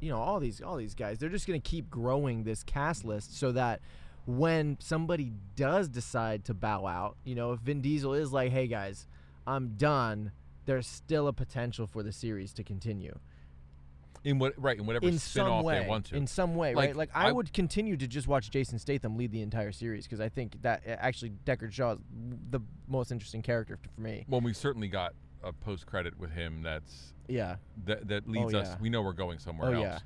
B: you know all these all these guys. They're just gonna keep growing this cast list so that when somebody does decide to bow out, you know, if Vin Diesel is like, "Hey guys, I'm done," there's still a potential for the series to continue
C: in what right in whatever
B: in some
C: spin-off
B: way.
C: they want to.
B: In some way,
C: Like,
B: right? Like I,
C: I-
B: would continue to just watch Jason Statham lead the entire series because I think that uh, actually Deckard Shaw is the most interesting character for me.
C: well, we certainly got a post credit with him. That's
B: Yeah.
C: that that leads
B: Oh,
C: us.
B: yeah.
C: We know we're going
B: Oh,
C: somewhere else.
B: yeah.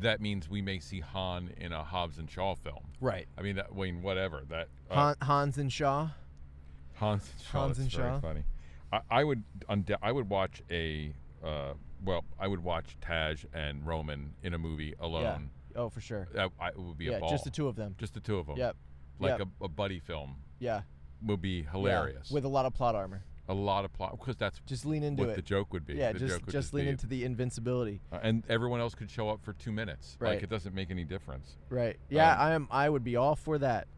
C: That means we may see Han in a Hobbs and Shaw film.
B: Right.
C: I mean, that, Wayne, whatever that uh,
B: Han, Hans and Shaw.
C: Hans and Shaw.
B: Hans
C: that's
B: and
C: very
B: Shaw.
C: Funny. I, I would. Undou- I would watch a. Uh, well, I would watch Taj and Roman in a movie alone.
B: Yeah. Oh, for sure.
C: That I, it would be
B: yeah,
C: a ball.
B: just the two of them.
C: Just the two of them.
B: Yep.
C: Like
B: Yep.
C: A, a buddy film
B: Yeah.
C: would be
B: Yeah.
C: hilarious.
B: With a lot of plot armor.
C: a lot of plot because that's
B: Just lean into
C: what
B: it.
C: the joke would be.
B: yeah,
C: The
B: just
C: joke would
B: just lean
C: be-
B: into the invincibility.
C: Uh, and everyone else could show up for two minutes. Like
B: Right.
C: it doesn't make any difference.
B: Right. Yeah,
C: Um,
B: I am I would be all for that.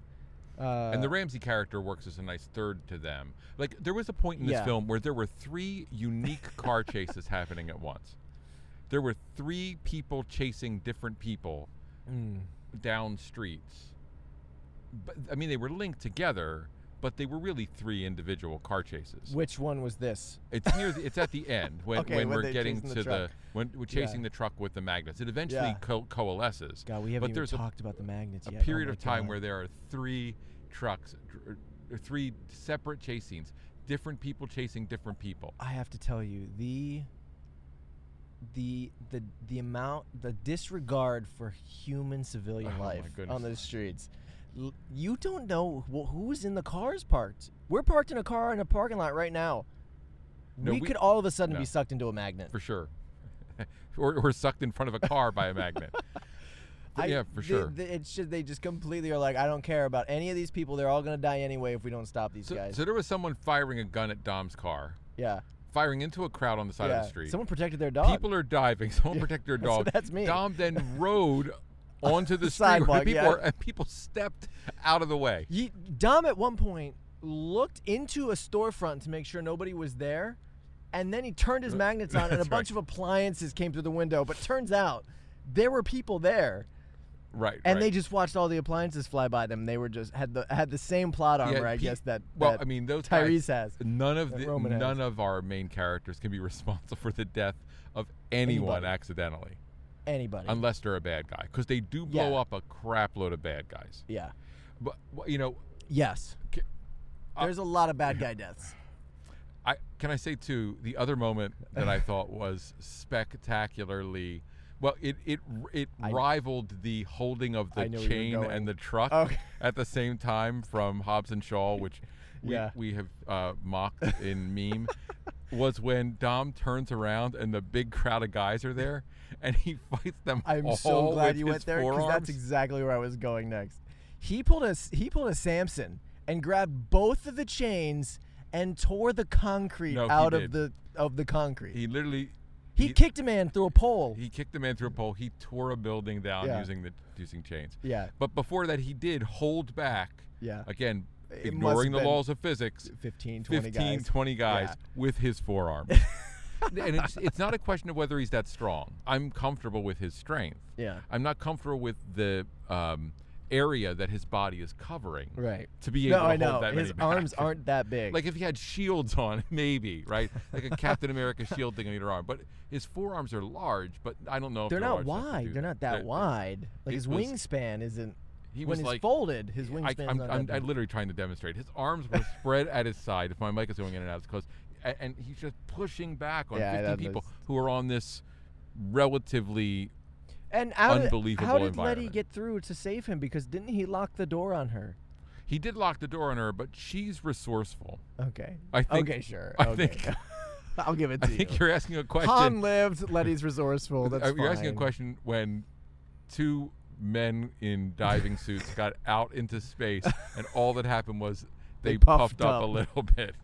B: Uh,
C: and the Ramsey character works as a nice third to them. Like there was a point in this
B: Yeah.
C: film where there were three unique car chases happening at once. There were three people chasing different people
B: hmm,
C: down streets. But I mean, they were linked together, but they were really three individual car chases.
B: which one was this?
C: It's near. The, it's at the end when,
B: Okay,
C: when
B: when
C: we're
B: they're
C: getting
B: chasing the
C: to the,
B: truck.
C: when we're chasing the truck with the magnets. It eventually
B: Yeah.
C: co- coalesces.
B: God, we
C: but
B: haven't even
C: there's a,
B: talked about the magnets
C: a
B: yet. Oh
C: period
B: my
C: of time
B: God.
C: where there are three trucks, dr- or three separate chase scenes, different people chasing different people.
B: I have to tell you the the the the amount the disregard for human civilian
C: Oh my
B: life
C: goodness.
B: on the streets. L- You don't know wh- who's in the cars parked. We're parked in a car in a parking lot right now.
C: No,
B: we,
C: we-
B: could all of a sudden
C: no.
B: be sucked into a magnet.
C: for sure, or, or sucked in front of a car by a magnet.
B: I-
C: yeah, for
B: the-
C: sure.
B: the- it should they just completely are like, I don't care about any of these people. They're all gonna die anyway if we don't stop these
C: so,
B: guys.
C: so there was someone firing a gun at Dom's car,
B: yeah,
C: firing into a crowd on the side
B: yeah.
C: of the street.
B: Someone protected their dog.
C: People are diving. Someone protect their
B: so
C: dog.
B: that's me.
C: Dom then rode onto the street where
B: Sidewalk,
C: people
B: yeah.
C: are, and people stepped out of the way.
B: Ye- Dom at one point looked into a storefront to make sure nobody was there, and then he turned his magnets on, and a
C: Uh, That's
B: bunch
C: right.
B: of appliances came through the window. But turns out there were people there,
C: Right.
B: and
C: right.
B: they just watched all the appliances fly by them. They were just had the had the same plot armor, I
C: Pete-
B: guess that.
C: Well,
B: that
C: I mean, those
B: Tyrese
C: guys-
B: has.
C: none of
B: that
C: the,
B: Roman has.
C: none of our main characters can be responsible for the death of anyone
B: Anybody.
C: accidentally,
B: Anybody?
C: unless they're a bad guy, because they do blow
B: Yeah.
C: up a crap load of bad guys.
B: yeah.
C: But wh- you know,
B: Yes.
C: K- uh,
B: There's a lot of bad guy deaths.
C: I can I say too the other moment that I thought was spectacularly. Well, it it it rivaled the holding of the
B: I knew where you were
C: chain
B: going.
C: and the truck
B: Okay.
C: at the same time from Hobbs and Shaw, which we,
B: Yeah.
C: we have uh, mocked in meme, was when Dom turns around and the big crowd of guys are there, and he fights them.
B: I'm
C: all
B: so glad
C: with
B: you
C: his
B: went there because
C: forearms.
B: that's exactly where I was going next. He pulled a he pulled a Samson and grabbed both of the chains and tore the concrete
C: No, he
B: out
C: did.
B: of the of the concrete.
C: he
B: He,
C: literally he-
B: kicked a man through a pole.
C: He kicked the man through a pole. He tore a building down
B: Yeah.
C: using the using chains.
B: Yeah.
C: But before that, he did hold back.
B: Yeah.
C: Again,
B: It must
C: ignoring
B: have
C: the
B: been
C: laws of physics.
B: 15, 20
C: 15,
B: guys.
C: 20 guys
B: Yeah.
C: with his forearm. and it's, it's not a question of whether he's that strong. I'm comfortable with his strength.
B: Yeah.
C: I'm not comfortable with the um, area that his body is covering.
B: right.
C: To be able
B: no,
C: to
B: I
C: hold
B: know
C: that many
B: his arms
C: back.
B: aren't that big.
C: Like if he had shields on, maybe right, like a Captain America shield thing on either arm. But his forearms are large, but I don't know if
B: they're
C: they're
B: not
C: large enough to do
B: wide. They're not that
C: They-
B: wide. Like
C: it
B: his
C: was-
B: wingspan isn't.
C: He
B: when
C: was
B: it's
C: like
B: folded, his
C: I,
B: wingspan's
C: I'm,
B: not
C: I'm,
B: that
C: I'm
B: big.
C: literally trying to demonstrate. His arms were spread at his side. If my mic is going in and out, it's close. And, and he's just pushing back on
B: Yeah,
C: 15
B: that
C: people
B: was-
C: who are on this relatively.
B: And how did,
C: Unbelievable
B: how did Letty
C: environment.
B: get through to save him? Because didn't he lock the door on her?
C: He did lock the door on her, but she's resourceful.
B: Okay.
C: I think-
B: okay, sure.
C: I
B: okay.
C: think-
B: I'll give it to
C: I
B: you.
C: think you're asking a question.
B: Han lived. Letty's resourceful. That's
C: Are- Uh, you're asking a
B: fine.
C: question when two men in diving suits got out into space, and all that happened was they,
B: They
C: puffed,
B: puffed
C: up. a
B: up.
C: little bit.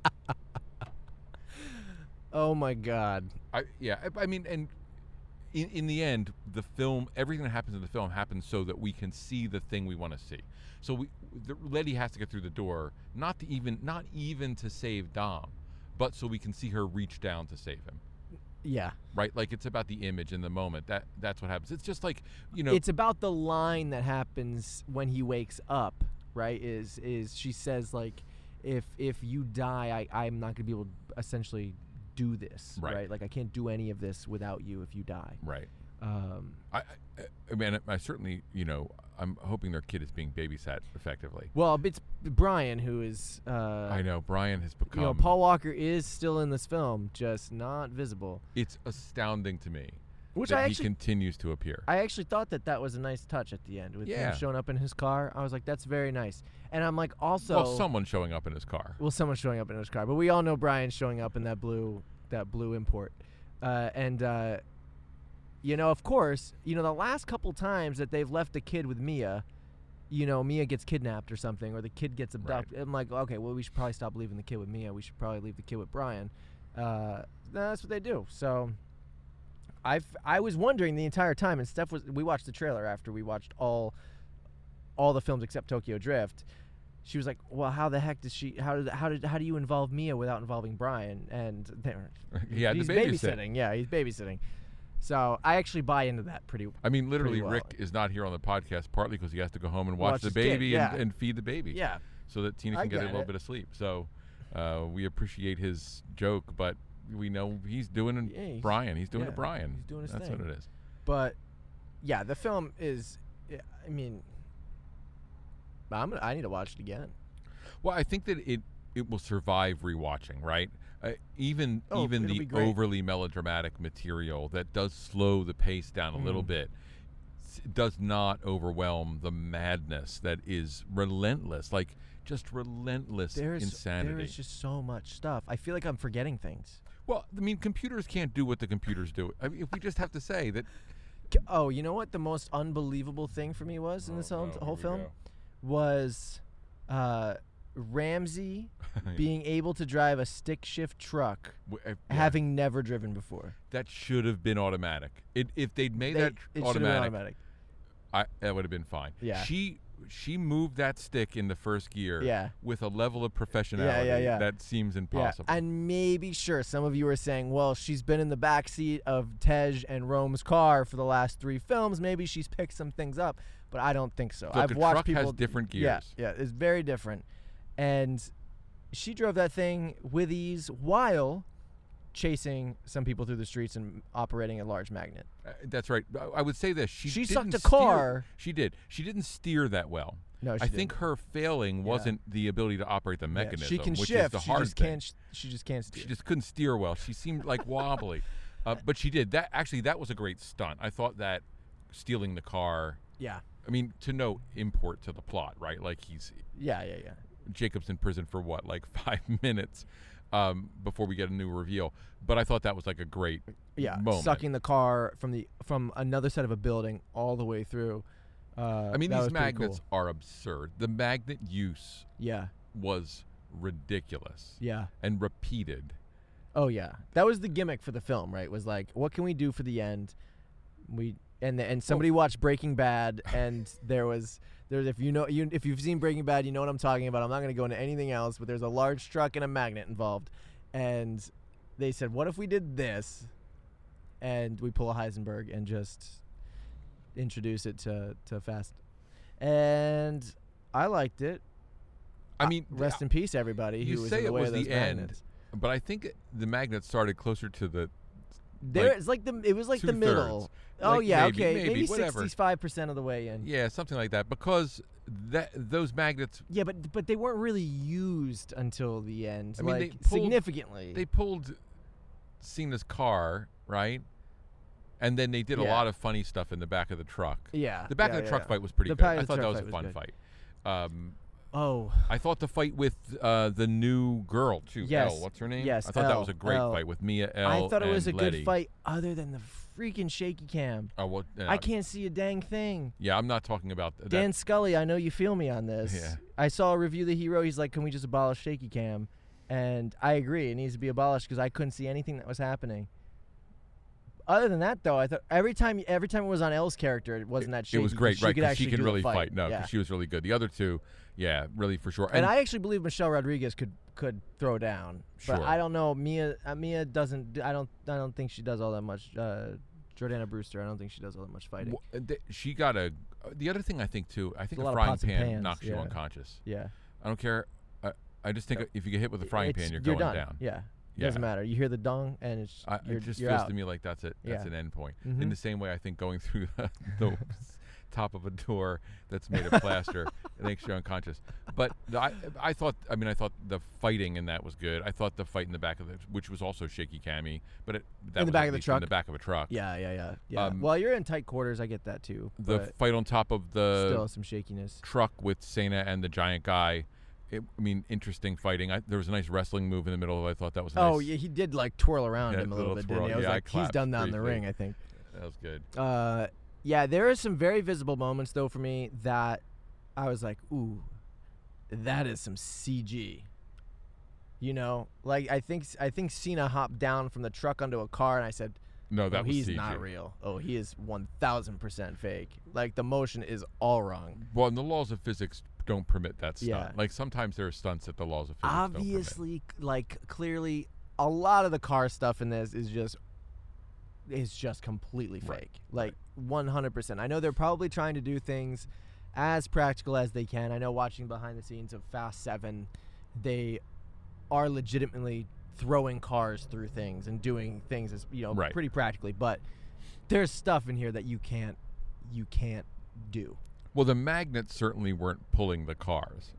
B: Oh my god.
C: I, yeah, I, I mean, and in, in the end, the film, everything that happens in the film happens so that we can see the thing we want to see. So we, the, Letty has to get through the door, not to even, not even to save Dom, but so we can see her reach down to save him.
B: Yeah.
C: Right, like it's about the image in the moment. That that's what happens. It's just like you know,
B: It's about the line that happens when he wakes up, right? Is is she says like if if you die, I I'm not going to be able to essentially do this,
C: Right.
B: right. Like I can't do any of this without you if you die.
C: right.
B: Um
C: I, I, I mean, I certainly, you know, I'm hoping their kid is being babysat effectively.
B: well, it's Brian who is uh
C: I know Brian has become.
B: you know, Paul Walker is still in this film, just not visible.
C: it's astounding to me
B: Which
C: that
B: I
C: he
B: actually-
C: continues to appear.
B: I actually thought that that was a nice touch at the end with
C: Yeah.
B: him showing up in his car. I was like, that's very nice. And I'm like, also,
C: well, someone showing up in his car.
B: well, someone's showing up in his car, but we all know Brian's showing up in that blue, that blue import. Uh, and, uh, you know, of course, you know, the last couple times that they've left the kid with Mia, you know, Mia gets kidnapped or something, or the kid gets abducted. I'm like, okay, well, we should probably stop leaving the kid with Mia. We should probably leave the kid with Brian. Uh, that's what they do. So I I was wondering the entire time, and Steph was. We watched the trailer after we watched all all the films except Tokyo Drift. She was like, "Well, how the heck does she? How did how did how do you involve Mia without involving Brian?" And they're
C: He had to
B: he's
C: babysit.
B: babysitting. Yeah, he's babysitting. So I actually buy into that pretty.
C: I mean, literally,
B: pretty well.
C: Rick is not here on the podcast partly because he has to go home and watch,
B: Watch
C: the
B: his kid,
C: baby
B: yeah.
C: and, and feed the baby.
B: Yeah.
C: So that Tina
B: I
C: can get, a
B: get
C: little
B: it.
C: bit of sleep. So uh, we appreciate his joke, but we know he's doing a
B: Yeah, he's-
C: Brian. He's doing a
B: yeah,
C: Brian.
B: he's doing his
C: That's
B: thing.
C: what it is.
B: But yeah, the film is. I mean, I'm gonna, I need to watch it again.
C: Well, I think that it it will survive rewatching, right? Uh, even
B: Oh,
C: even
B: it'll
C: the
B: be great.
C: overly melodramatic material that does slow the pace down a
B: Mm.
C: little bit s- does not overwhelm the madness that is relentless, like just relentless
B: There's
C: insanity.
B: there is just so much stuff. I feel like I'm forgetting things.
C: well, I mean, computers can't do what the computers do. I mean, if we just have to say that,
B: K- Oh, you know what the most unbelievable thing for me was in this whole,
C: Oh, no,
B: whole
C: here we
B: film
C: go.
B: was uh, Ramsey being able to drive a stick shift truck,
C: w- if- yeah,
B: having never driven before.
C: that should have been automatic. It, if they'd made
B: They-
C: that
B: it
C: tr-
B: should've been automatic.
C: I, that would have been fine.
B: Yeah.
C: She she moved that stick in the first gear.
B: Yeah.
C: With a level of professionality
B: yeah.
C: that seems impossible.
B: Yeah, and maybe sure some of you are saying, well, she's been in the back seat of Tej and Rome's car for the last three films. Maybe she's picked some things up, but I don't think so.
C: So
B: I've
C: the
B: watched
C: truck has
B: people.
C: different
B: Yeah,
C: gears.
B: yeah, it's very different, and she drove that thing with ease while chasing some people through the streets and operating a large magnet.
C: Uh, That's right. I, I would say this. She
B: She sucked
C: didn't
B: a car.
C: Steer, she did. She didn't steer that well.
B: No,
C: I
B: she
C: think her failing wasn't the ability to operate the
B: Yeah,
C: mechanism,
B: she can
C: which
B: shift.
C: is the
B: she
C: hard
B: just
C: thing.
B: can't. sh- She just can't steer.
C: she just couldn't steer well. She seemed like wobbly, uh, but she did. That actually, that was a great stunt. I thought that stealing the car.
B: yeah,
C: I mean, to no import to the plot, right? Like he's
B: yeah, yeah, yeah.
C: Jacob's in prison for what, like five minutes um, before we get a new reveal. But I thought that was like a great
B: Yeah,
C: moment.
B: sucking the car from the from another side of a building all the way through. Uh,
C: I mean,
B: that was
C: these
B: pretty
C: magnets
B: cool.
C: are absurd. The magnet use
B: Yeah,
C: was ridiculous
B: yeah.
C: and repeated.
B: Oh yeah, that was the gimmick for the film, right? Was like, what can we do for the end? We and and somebody watched Breaking Bad, and there was there if you know you if you've seen Breaking Bad, you know what I'm talking about. I'm not going to go into anything else, but there's a large truck and a magnet involved, and they said, what if we did this, and we pull a Heisenberg and just introduce it to to Fast, and I liked it.
C: I mean,
B: Uh, Rest in peace, everybody
C: you
B: who was
C: say
B: in the
C: it
B: way
C: was
B: of those
C: the end,
B: magnets.
C: but I think the magnet started closer to the.
B: There,
C: like,
B: it's like the it was like the
C: two-thirds.
B: middle. Oh
C: Like,
B: yeah,
C: maybe-
B: okay,
C: maybe,
B: maybe
C: whatever.
B: sixty-five percent of the way in. Yeah.
C: Yeah, something like that, because that those magnets
B: but but they weren't really used until the end,
C: I mean, they
B: like
C: pulled-
B: significantly.
C: they pulled Cena's car, right? And then they did a
B: Yeah.
C: lot of funny stuff in the back of the truck.
B: Yeah,
C: The back
B: yeah,
C: of the
B: yeah,
C: truck
B: yeah.
C: fight was pretty
B: The
C: good.
B: back
C: I
B: of the
C: thought that
B: truck
C: was a
B: fight was
C: fun fight. Um,
B: Oh,
C: I thought the fight with uh, the new girl too.
B: Yes.
C: Elle, what's her name?
B: Yes,
C: I thought that
B: Elle,
C: was a great
B: Elle.
C: fight with Mia L.
B: I thought it was a
C: and Letty.
B: good fight, other than the freaking shaky cam.
C: Oh well, yeah.
B: I can't see a dang thing.
C: Yeah, I'm not talking about th- that.
B: Dan Scully, I know you feel me on this.
C: Yeah.
B: I saw a review of the hero. He's like, "Can we just abolish shaky cam?" And I agree, it needs to be abolished because I couldn't see anything that was happening. Other than that, though, I thought every time every time it was on Elle's character, it wasn't that shaky.
C: It was
B: 'cause
C: great,
B: she
C: right?
B: Could
C: 'cause
B: actually
C: she can
B: do the
C: really
B: fight.
C: No, 'cause
B: yeah.
C: she was really good. The other two, yeah, really for sure.
B: and I actually believe Michelle Rodriguez could could throw down, but
C: Sure.
B: I don't know. Mia uh, Mia doesn't. do- I don't. I don't think she does all that much. Uh, Jordana Brewster. I don't think she does all that much fighting.
C: w- uh, th- she got a. uh, The other thing I think too, I think
B: a
C: a,
B: lot of
C: frying
B: pots and
C: pan
B: pans,
C: knocks you
B: yeah.
C: unconscious.
B: yeah,
C: I don't care. I, I just think if you get hit with a frying
B: It's-
C: pan, you're, going
B: done.
C: down.
B: Yeah. It
C: Yeah.
B: Doesn't matter. You hear the dong, and it's
C: I,
B: you're,
C: it just
B: you're
C: feels
B: out.
C: to me like that's it. That's
B: Yeah.
C: an end point. In
B: Mhm.
C: the same way, I think going through the, the s- top of a door that's made of plaster it makes you unconscious. But the, I, I thought, I mean, I thought the fighting in that was good. I thought the fight in the back of the, which was also shaky cami, but it, that
B: the
C: was
B: back
C: at
B: of the
C: least in the
B: truck?
C: back of a truck.
B: Yeah, yeah, yeah. yeah.
C: Um,
B: well, you're in tight quarters. I get that too.
C: The uh,
B: but
C: fight on top of the
B: still some shakiness.
C: truck with Cena and the giant guy. It, I mean, interesting fighting. I, there was a nice wrestling move in the middle. Of it. I thought that was nice.
B: Oh, yeah, he did like twirl around
C: Yeah,
B: him a little
C: little
B: bit, didn't
C: twirl.
B: he? I was
C: Yeah, I
B: like, he's
C: clapped
B: done that in the
C: briefly.
B: ring, I think.
C: that was good.
B: Uh, yeah, there are some very visible moments though for me that I was like, ooh, that is some CG. You know, like I think I think Cena hopped down from the truck onto a car, and I said,
C: No, that
B: oh,
C: was
B: he's
C: CG.
B: not real. Oh, he is one thousand percent fake. Like the motion is all wrong.
C: Well, and the laws of physics don't permit that stunt.
B: Yeah.
C: Like sometimes there are stunts that the laws of physics
B: obviously c- like clearly a lot of the car stuff in this is just is just completely fake like 100% i know they're probably trying to do things as practical as they can i know watching behind the scenes of fast 7 they are legitimately throwing cars through things and doing things as you know
C: Right.
B: pretty practically but there's stuff in here that you can't you can't do
C: don't permit. Well, the magnets certainly weren't pulling the cars,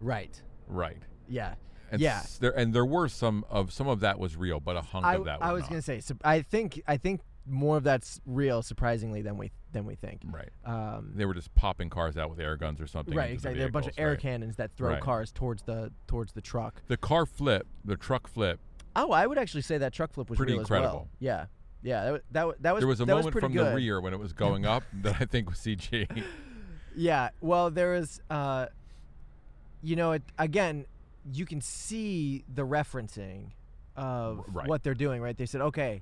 B: right
C: right?
B: yeah
C: And
B: yeah
C: s- there and there were some of some of that was real, but a hunk
B: I,
C: of that
B: I
C: was,
B: was
C: not.
B: gonna say. sup- I think I think more of that's real, surprisingly, than we than we think.
C: right.
B: Um,
C: They were just popping cars out with air guns or something.
B: right,
C: into the
B: exactly. There are a bunch of
C: vehicles,
B: air
C: right.
B: cannons that throw
C: Right.
B: cars towards the towards the truck.
C: The car flip, the truck flip.
B: Oh, I would actually say that truck flip was
C: Pretty
B: real as well.
C: incredible.
B: Yeah, yeah. That wa- that, wa- that was
C: There was a
B: that
C: moment
B: pretty
C: from
B: good.
C: the rear when it was going up that I think was CG.
B: Yeah. Well, there is. Uh, you know, it again. You can see the referencing of
C: R- right.
B: what they're doing. Right. They said, okay,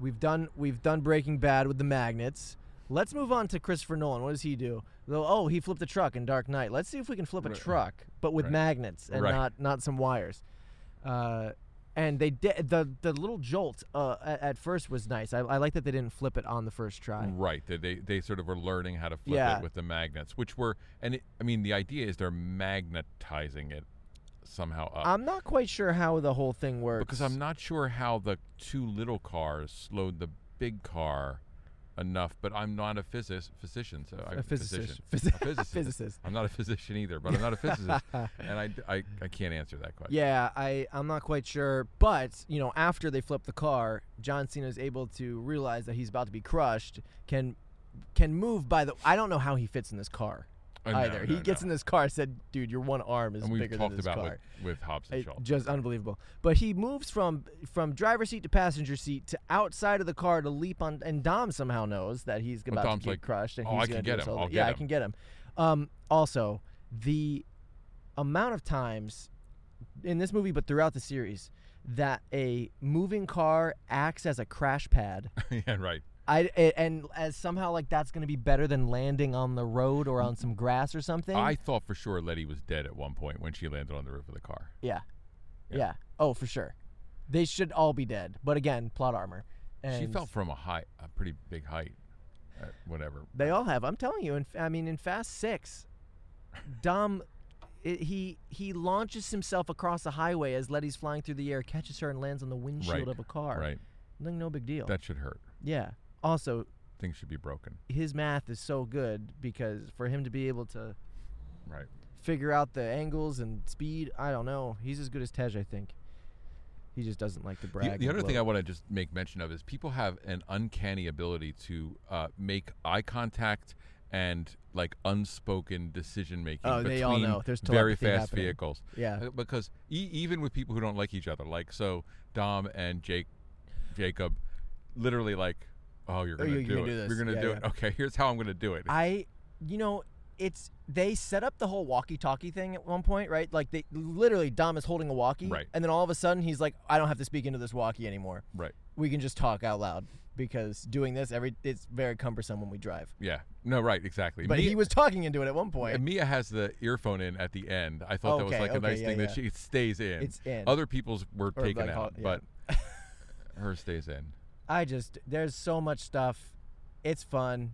B: we've done we've done Breaking Bad with the magnets. Let's move on to Christopher Nolan. What does he do? Though, oh, he flipped a truck in Dark Knight. Let's see if we can flip a truck, but with
C: Right.
B: magnets and
C: Right.
B: not not some wires. Uh, and they did the the little jolt uh, a- at first was nice. I, I like that they didn't flip it on the first try.
C: Right. They, they they sort of were learning how to flip
B: Yeah.
C: it with the magnets, which were and it, I mean the idea is they're magnetizing it somehow up.
B: I'm not quite sure how the whole thing works
C: because I'm not sure how the two little cars slowed the big car enough, but I'm not a physis physician. So I-
B: A physicist.
C: physician.
B: Physi-
C: A physicist.
B: physicist.
C: I'm not a physician either, but I'm not a physicist, and I, d- I- I can't answer that question.
B: Yeah, I I'm not quite sure, but you know, after they flip the car, John Cena is able to realize that he's about to be crushed. Can can move by the. I don't know how he fits in this car
C: Uh, no,
B: either. he
C: no,
B: gets
C: no.
B: in this car. Said, dude, your one arm is
C: and we've
B: bigger
C: talked
B: than this
C: about
B: car.
C: with, with Hobbs and
B: It-
C: Shaw.
B: just unbelievable. But he moves from from driver's seat to passenger seat to outside of the car to leap on. And Dom somehow knows that he's about
C: Dom's
B: to get
C: like,
B: crushed, and
C: "Oh,
B: he's
C: I
B: gonna
C: can
B: do
C: get
B: this
C: him.
B: whole-
C: I'll
B: yeah,
C: get
B: I
C: him."
B: can get him. Um, also, the amount of times in this movie, but throughout the series, that a moving car acts as a crash pad.
C: yeah, right.
B: I a- and as somehow like that's going to be better than landing on the road or on some grass or something.
C: I thought for sure Letty was dead at one point when she landed on the roof of the car.
B: Yeah. yeah. Oh, for sure. They should all be dead. But again, plot armor. And
C: she fell from a high, a pretty big height, uh, whatever.
B: They all have. I'm telling you. In, I mean, in Fast Six, Dom, it, he he launches himself across a highway as Letty's flying through the air, catches her, and lands on the windshield
C: Right,
B: of a car. Oh.
C: right.
B: Like, no big deal.
C: That should hurt.
B: yeah. Also,
C: Things should be broken.
B: his math is so good because for him to be able to
C: Right.
B: figure out the angles and speed, I don't know. He's as good as Tej, I think. He just doesn't like to brag.
C: The,
B: and
C: the other thing I
B: gloat.
C: want to just make mention of is people have an uncanny ability to uh, make eye contact and like unspoken decision making
B: Oh,
C: between
B: they all know. There's
C: very
B: telepathy
C: fast
B: happening.
C: vehicles.
B: Yeah.
C: Uh, because e- even with people who don't like each other, like so Dom and Jake, Jacob, literally like, oh, you're
B: Oh,
C: gonna
B: you- you
C: do
B: can
C: it.
B: do this."
C: You're gonna
B: Yeah,
C: do
B: yeah.
C: it. Okay, here's how I'm gonna do it.
B: I, you know, it's they set up the whole walkie-talkie thing at one point, right? Like they literally Dom is holding a walkie,
C: Right.
B: And then all of a sudden he's like, I don't have to speak into this walkie anymore.
C: right.
B: We can just talk out loud because doing this every it's very cumbersome when we drive.
C: Yeah. No. Right. Exactly.
B: But
C: Mia-
B: he was talking into it at one
C: And
B: point.
C: Mia has the earphone in at the end. I thought that was
B: Okay,
C: like a
B: okay,
C: nice
B: yeah,
C: thing
B: yeah.
C: that she it stays in.
B: It's in.
C: Other people's were
B: Or
C: taken
B: like
C: out,
B: all- yeah.
C: but her stays in.
B: I just there's so much stuff. It's fun.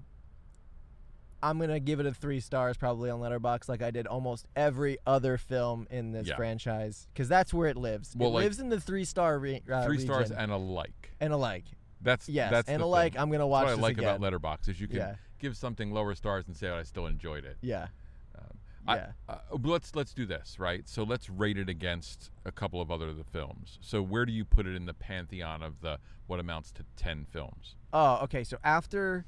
B: I'm gonna give it a three stars probably on Letterbox, like I did almost every other film in this
C: Yeah.
B: franchise, because that's where it lives.
C: Well,
B: it
C: like,
B: lives in the three star re- uh,
C: Three stars
B: region.
C: and a like.
B: and a like.
C: That's
B: Yes,
C: That's
B: and a
C: the
B: like.
C: thing.
B: I'm gonna
C: That's
B: watch
C: what I
B: this
C: like about
B: again.
C: Letterbox is you can
B: Yeah.
C: give something lower stars and say "Oh, I still enjoyed it.
B: Yeah,
C: I-
B: yeah.
C: uh, but let's let's do this right. So let's rate it against a couple of other of the films. So where do you put it in the pantheon of the what amounts to ten films?
B: Oh, okay. So after,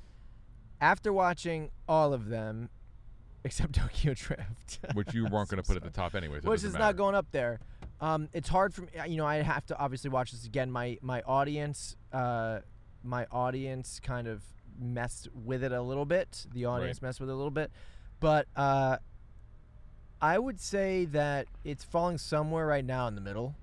B: after watching all of them, except Tokyo Drift,
C: Which you weren't going to put at the top anyway. So it
B: which
C: doesn't
B: is
C: matter.
B: not going up there. Um, it's hard for me. You know, I have to obviously watch this again. My my audience, uh, my audience kind of messed with it a little bit. The audience messed with it a little bit, but uh, I would say that it's falling somewhere right now in the middle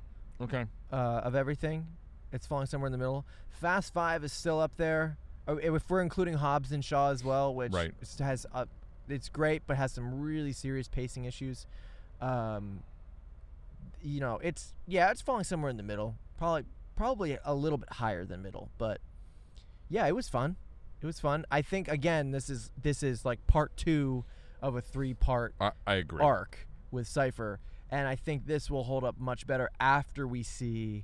C: Okay.
B: uh, of everything. It's falling somewhere in the middle. Fast Five is still up there. Oh, If we're including Hobbs and Shaw as well, which
C: Right.
B: s- has uh, it's great, but has some really serious pacing issues. Um, you know, it's yeah, it's falling somewhere in the middle. Probably probably a little bit higher than middle, but yeah, it was fun. It was fun. I think again, this is this is like part two of a three part
C: I, I agree.
B: arc with Cypher. And I think this will hold up much better after we see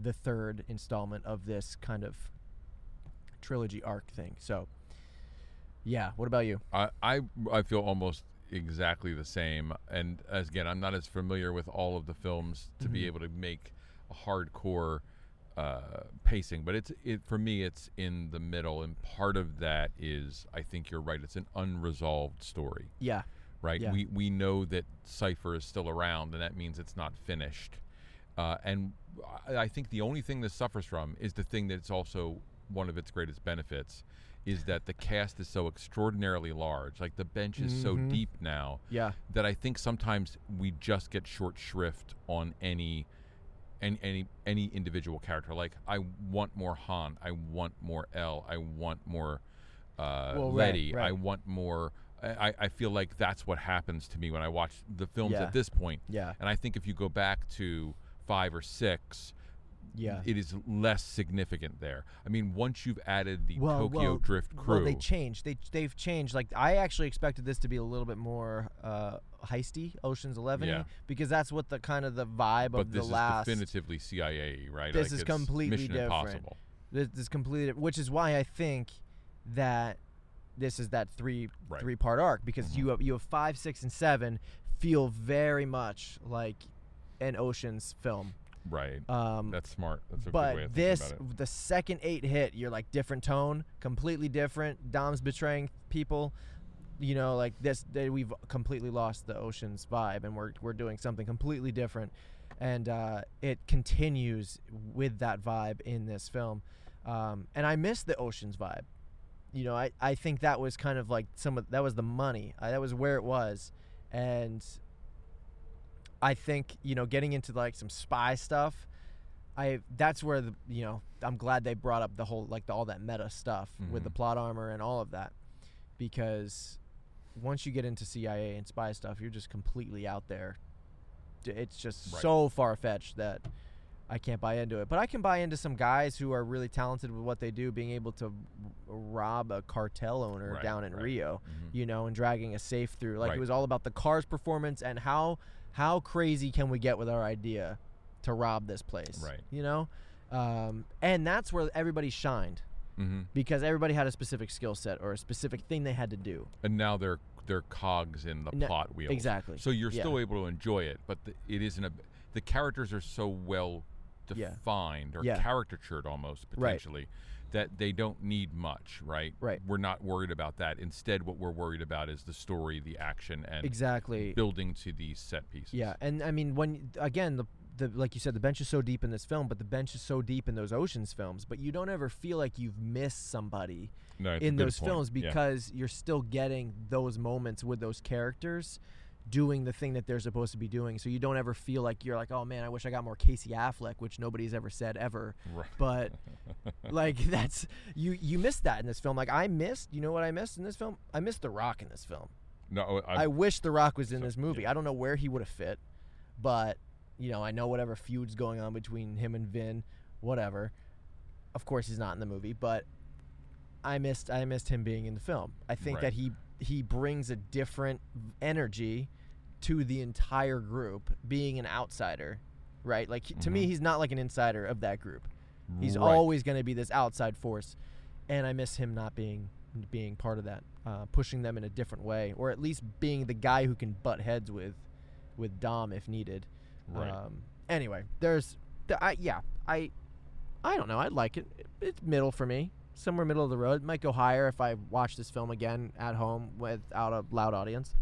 B: the third installment of this kind of trilogy arc thing. So, yeah, what about you?
C: I, I I feel almost exactly the same. And as again, I'm not as familiar with all of the films to be able to make a hardcore uh, pacing, but it's it for me. It's in the middle, and part of that is I think you're right. It's an unresolved story,
B: Yeah.
C: right?
B: Yeah.
C: We we know that Cipher is still around, and that means it's not finished. Uh, and I, I think the only thing this suffers from is the thing that's also one of its greatest benefits is that the cast is so extraordinarily large. Like the bench is so deep now
B: Mm-hmm. Yeah.
C: that I think sometimes we just get short shrift on any and any any individual character. Like I want more Han, I want more L, I want more uh,
B: Well, right,
C: Letty, I
B: right.
C: want more. I, I- I feel like that's what happens to me when I watch the films
B: Yeah.
C: at this point.
B: Yeah.
C: And I think if you go back to five or six,
B: Yeah.
C: it is less significant there. I mean, once you've added the
B: Well,
C: Tokyo
B: well,
C: Drift crew,
B: Well, they changed. They they've changed. Like I actually expected this to be a little bit more uh, heisty, Ocean's Eleven,
C: Yeah,
B: because that's what the kind of the vibe
C: but
B: of
C: this
B: the last.
C: is definitively CIA, right?
B: This is
C: Like, it's
B: completely
C: Mission
B: different.
C: Impossible.
B: This is completed, which is why I think that this is that three
C: Right.
B: three part arc because you have you have five, six, and seven feel very much like an Ocean's film.
C: Right.
B: Um,
C: That's smart. That's a good way
B: but
C: of
B: this,
C: thinking about it.
B: the second eight hit, you're like different tone, completely different. Dom's betraying people. You know, like this, they, we've completely lost the ocean's vibe, and we're we're doing something completely different, and uh, it continues with that vibe in this film. Um, and I miss the ocean's vibe. You know, I, I think that was kind of like some of that was the money. I, that was where it was, and I think you know getting into like some spy stuff. I that's where the you know I'm glad they brought up the whole like the, all that meta stuff with
C: Mm-hmm.
B: the plot armor and all of that because once you get into CIA and spy stuff you're just completely out there. D- It's just
C: Right.
B: so far fetched that I can't buy into it. But I can buy into some guys who are really talented with what they do being able to r- rob a cartel owner
C: Right,
B: down in
C: right. Mm-hmm.
B: Rio, you know, and dragging a safe through. Like
C: Right.
B: it was all about the car's performance and how how crazy can we get with our idea to rob this place.
C: Right.
B: You know? Um, and that's where everybody shined
C: Mhm.
B: because everybody had a specific skill set or a specific thing they had to do.
C: And now they're they're cogs in the
B: No,
C: plot wheel.
B: exactly,
C: So you're
B: yeah.
C: still able to enjoy it, but the, it isn't a. The characters are so well
B: Yeah.
C: defined or
B: Yeah.
C: caricatured almost potentially that they don't need much, right?
B: Right.
C: We're not worried about that. Instead, what we're worried about is the story, the action, and
B: exactly.
C: building to these set pieces.
B: Yeah, and I mean, when again, the the like you said, the bench is so deep in this film, but the bench is so deep in those oceans films. But you don't ever feel like you've missed somebody
C: No, it's a
B: in
C: good
B: those
C: point.
B: films
C: Yeah.
B: because you're still getting those moments with those characters doing the thing that they're supposed to be doing. So you don't ever feel like you're like, oh man, I wish I got more Casey Affleck, which nobody's ever said ever.
C: Right.
B: But like that's you you missed that in this film. Like I missed, you know what I missed in this film? I missed The Rock in this film.
C: No, I,
B: I wish The Rock was in this movie. I don't know where he would have fit, but you know, I know whatever feud's going on between him and Vin, whatever. Of course, he's not in the movie, but I missed I missed him being in the film. I think
C: Right.
B: that he he brings a different energy to the entire group being an outsider, right? Like he- to me, he's not like an insider of that group. He's
C: Right.
B: always going to be this outside force, and I miss him not being being part of that, uh, pushing them in a different way, or at least being the guy who can butt heads with with Dom if needed.
C: Right.
B: Um, anyway, there's, the, I, yeah, I, I don't know. I like it. It's middle for me, somewhere middle of the road. might go higher if I watch this film again at home without a loud audience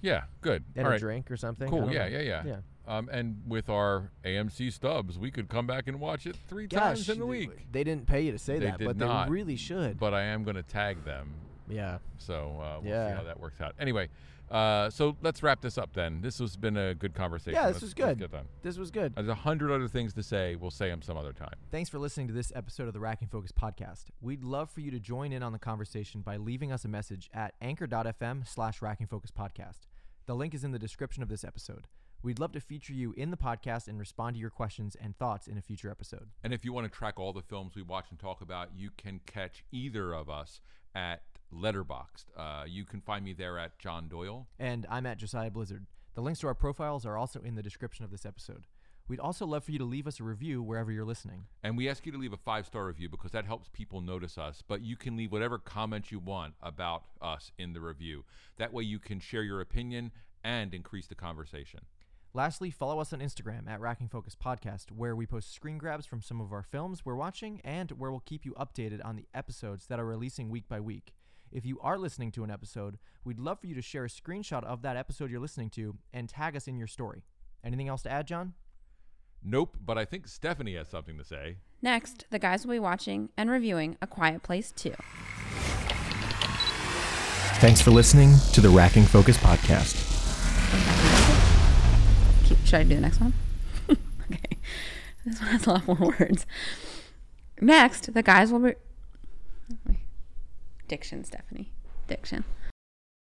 C: yeah, good.
B: and
C: All
B: a
C: right.
B: drink or something. I
C: Cool.
B: don't
C: Yeah,
B: know.
C: yeah, yeah,
B: Yeah.
C: Um, and with our AMC stubs, we could come back and watch it three times
B: Gosh,
C: in a
B: they-
C: week.
B: They didn't pay you to say
C: They
B: that,
C: did
B: but
C: not,
B: they really should.
C: But I am going to tag them,
B: yeah.
C: so uh, we'll see
B: Yeah.
C: how that works out. Anyway, uh, so let's wrap this up then. This has been a good conversation.
B: Yeah,
C: Let's-
B: this was
C: let's
B: good.
C: get done.
B: This was good.
C: There's a hundred other things to say. We'll say them some other time.
J: Thanks for listening to this episode of the Rack and Focus podcast. We'd love for you to join in on the conversation by leaving us a message at anchor.fm slash Rack and Focus podcast. The link is in the description of this episode. We'd love to feature you in the podcast and respond to your questions and thoughts in a future episode.
C: And if you want to track all the films we watch and talk about, you can catch either of us at Letterboxd. Uh, you can find me there at John Doyle.
J: And I'm at Josiah Blizzard. The links to our profiles are also in the description of this episode. We'd also love for you to leave us a review wherever you're listening.
C: And we ask you to leave a five star review because that helps people notice us. But you can leave whatever comment you want about us in the review. That way you can share your opinion and increase the conversation.
J: Lastly, follow us on Instagram at Racking Focus Podcast, where we post screen grabs from some of our films we're watching and where we'll keep you updated on the episodes that are releasing week by week. If you are listening to an episode, we'd love for you to share a screenshot of that episode you're listening to and tag us in your story. Anything else to add, John?
C: Nope, but I think Stephanie has something to say.
K: Next, the guys will be watching and reviewing A Quiet Place 2.
A: Thanks for listening to the Racking Focus Podcast.
K: Keep- Should I do the next one? okay. This one has a lot more words. Next, the guys will be. Diction, Stephanie. Diction.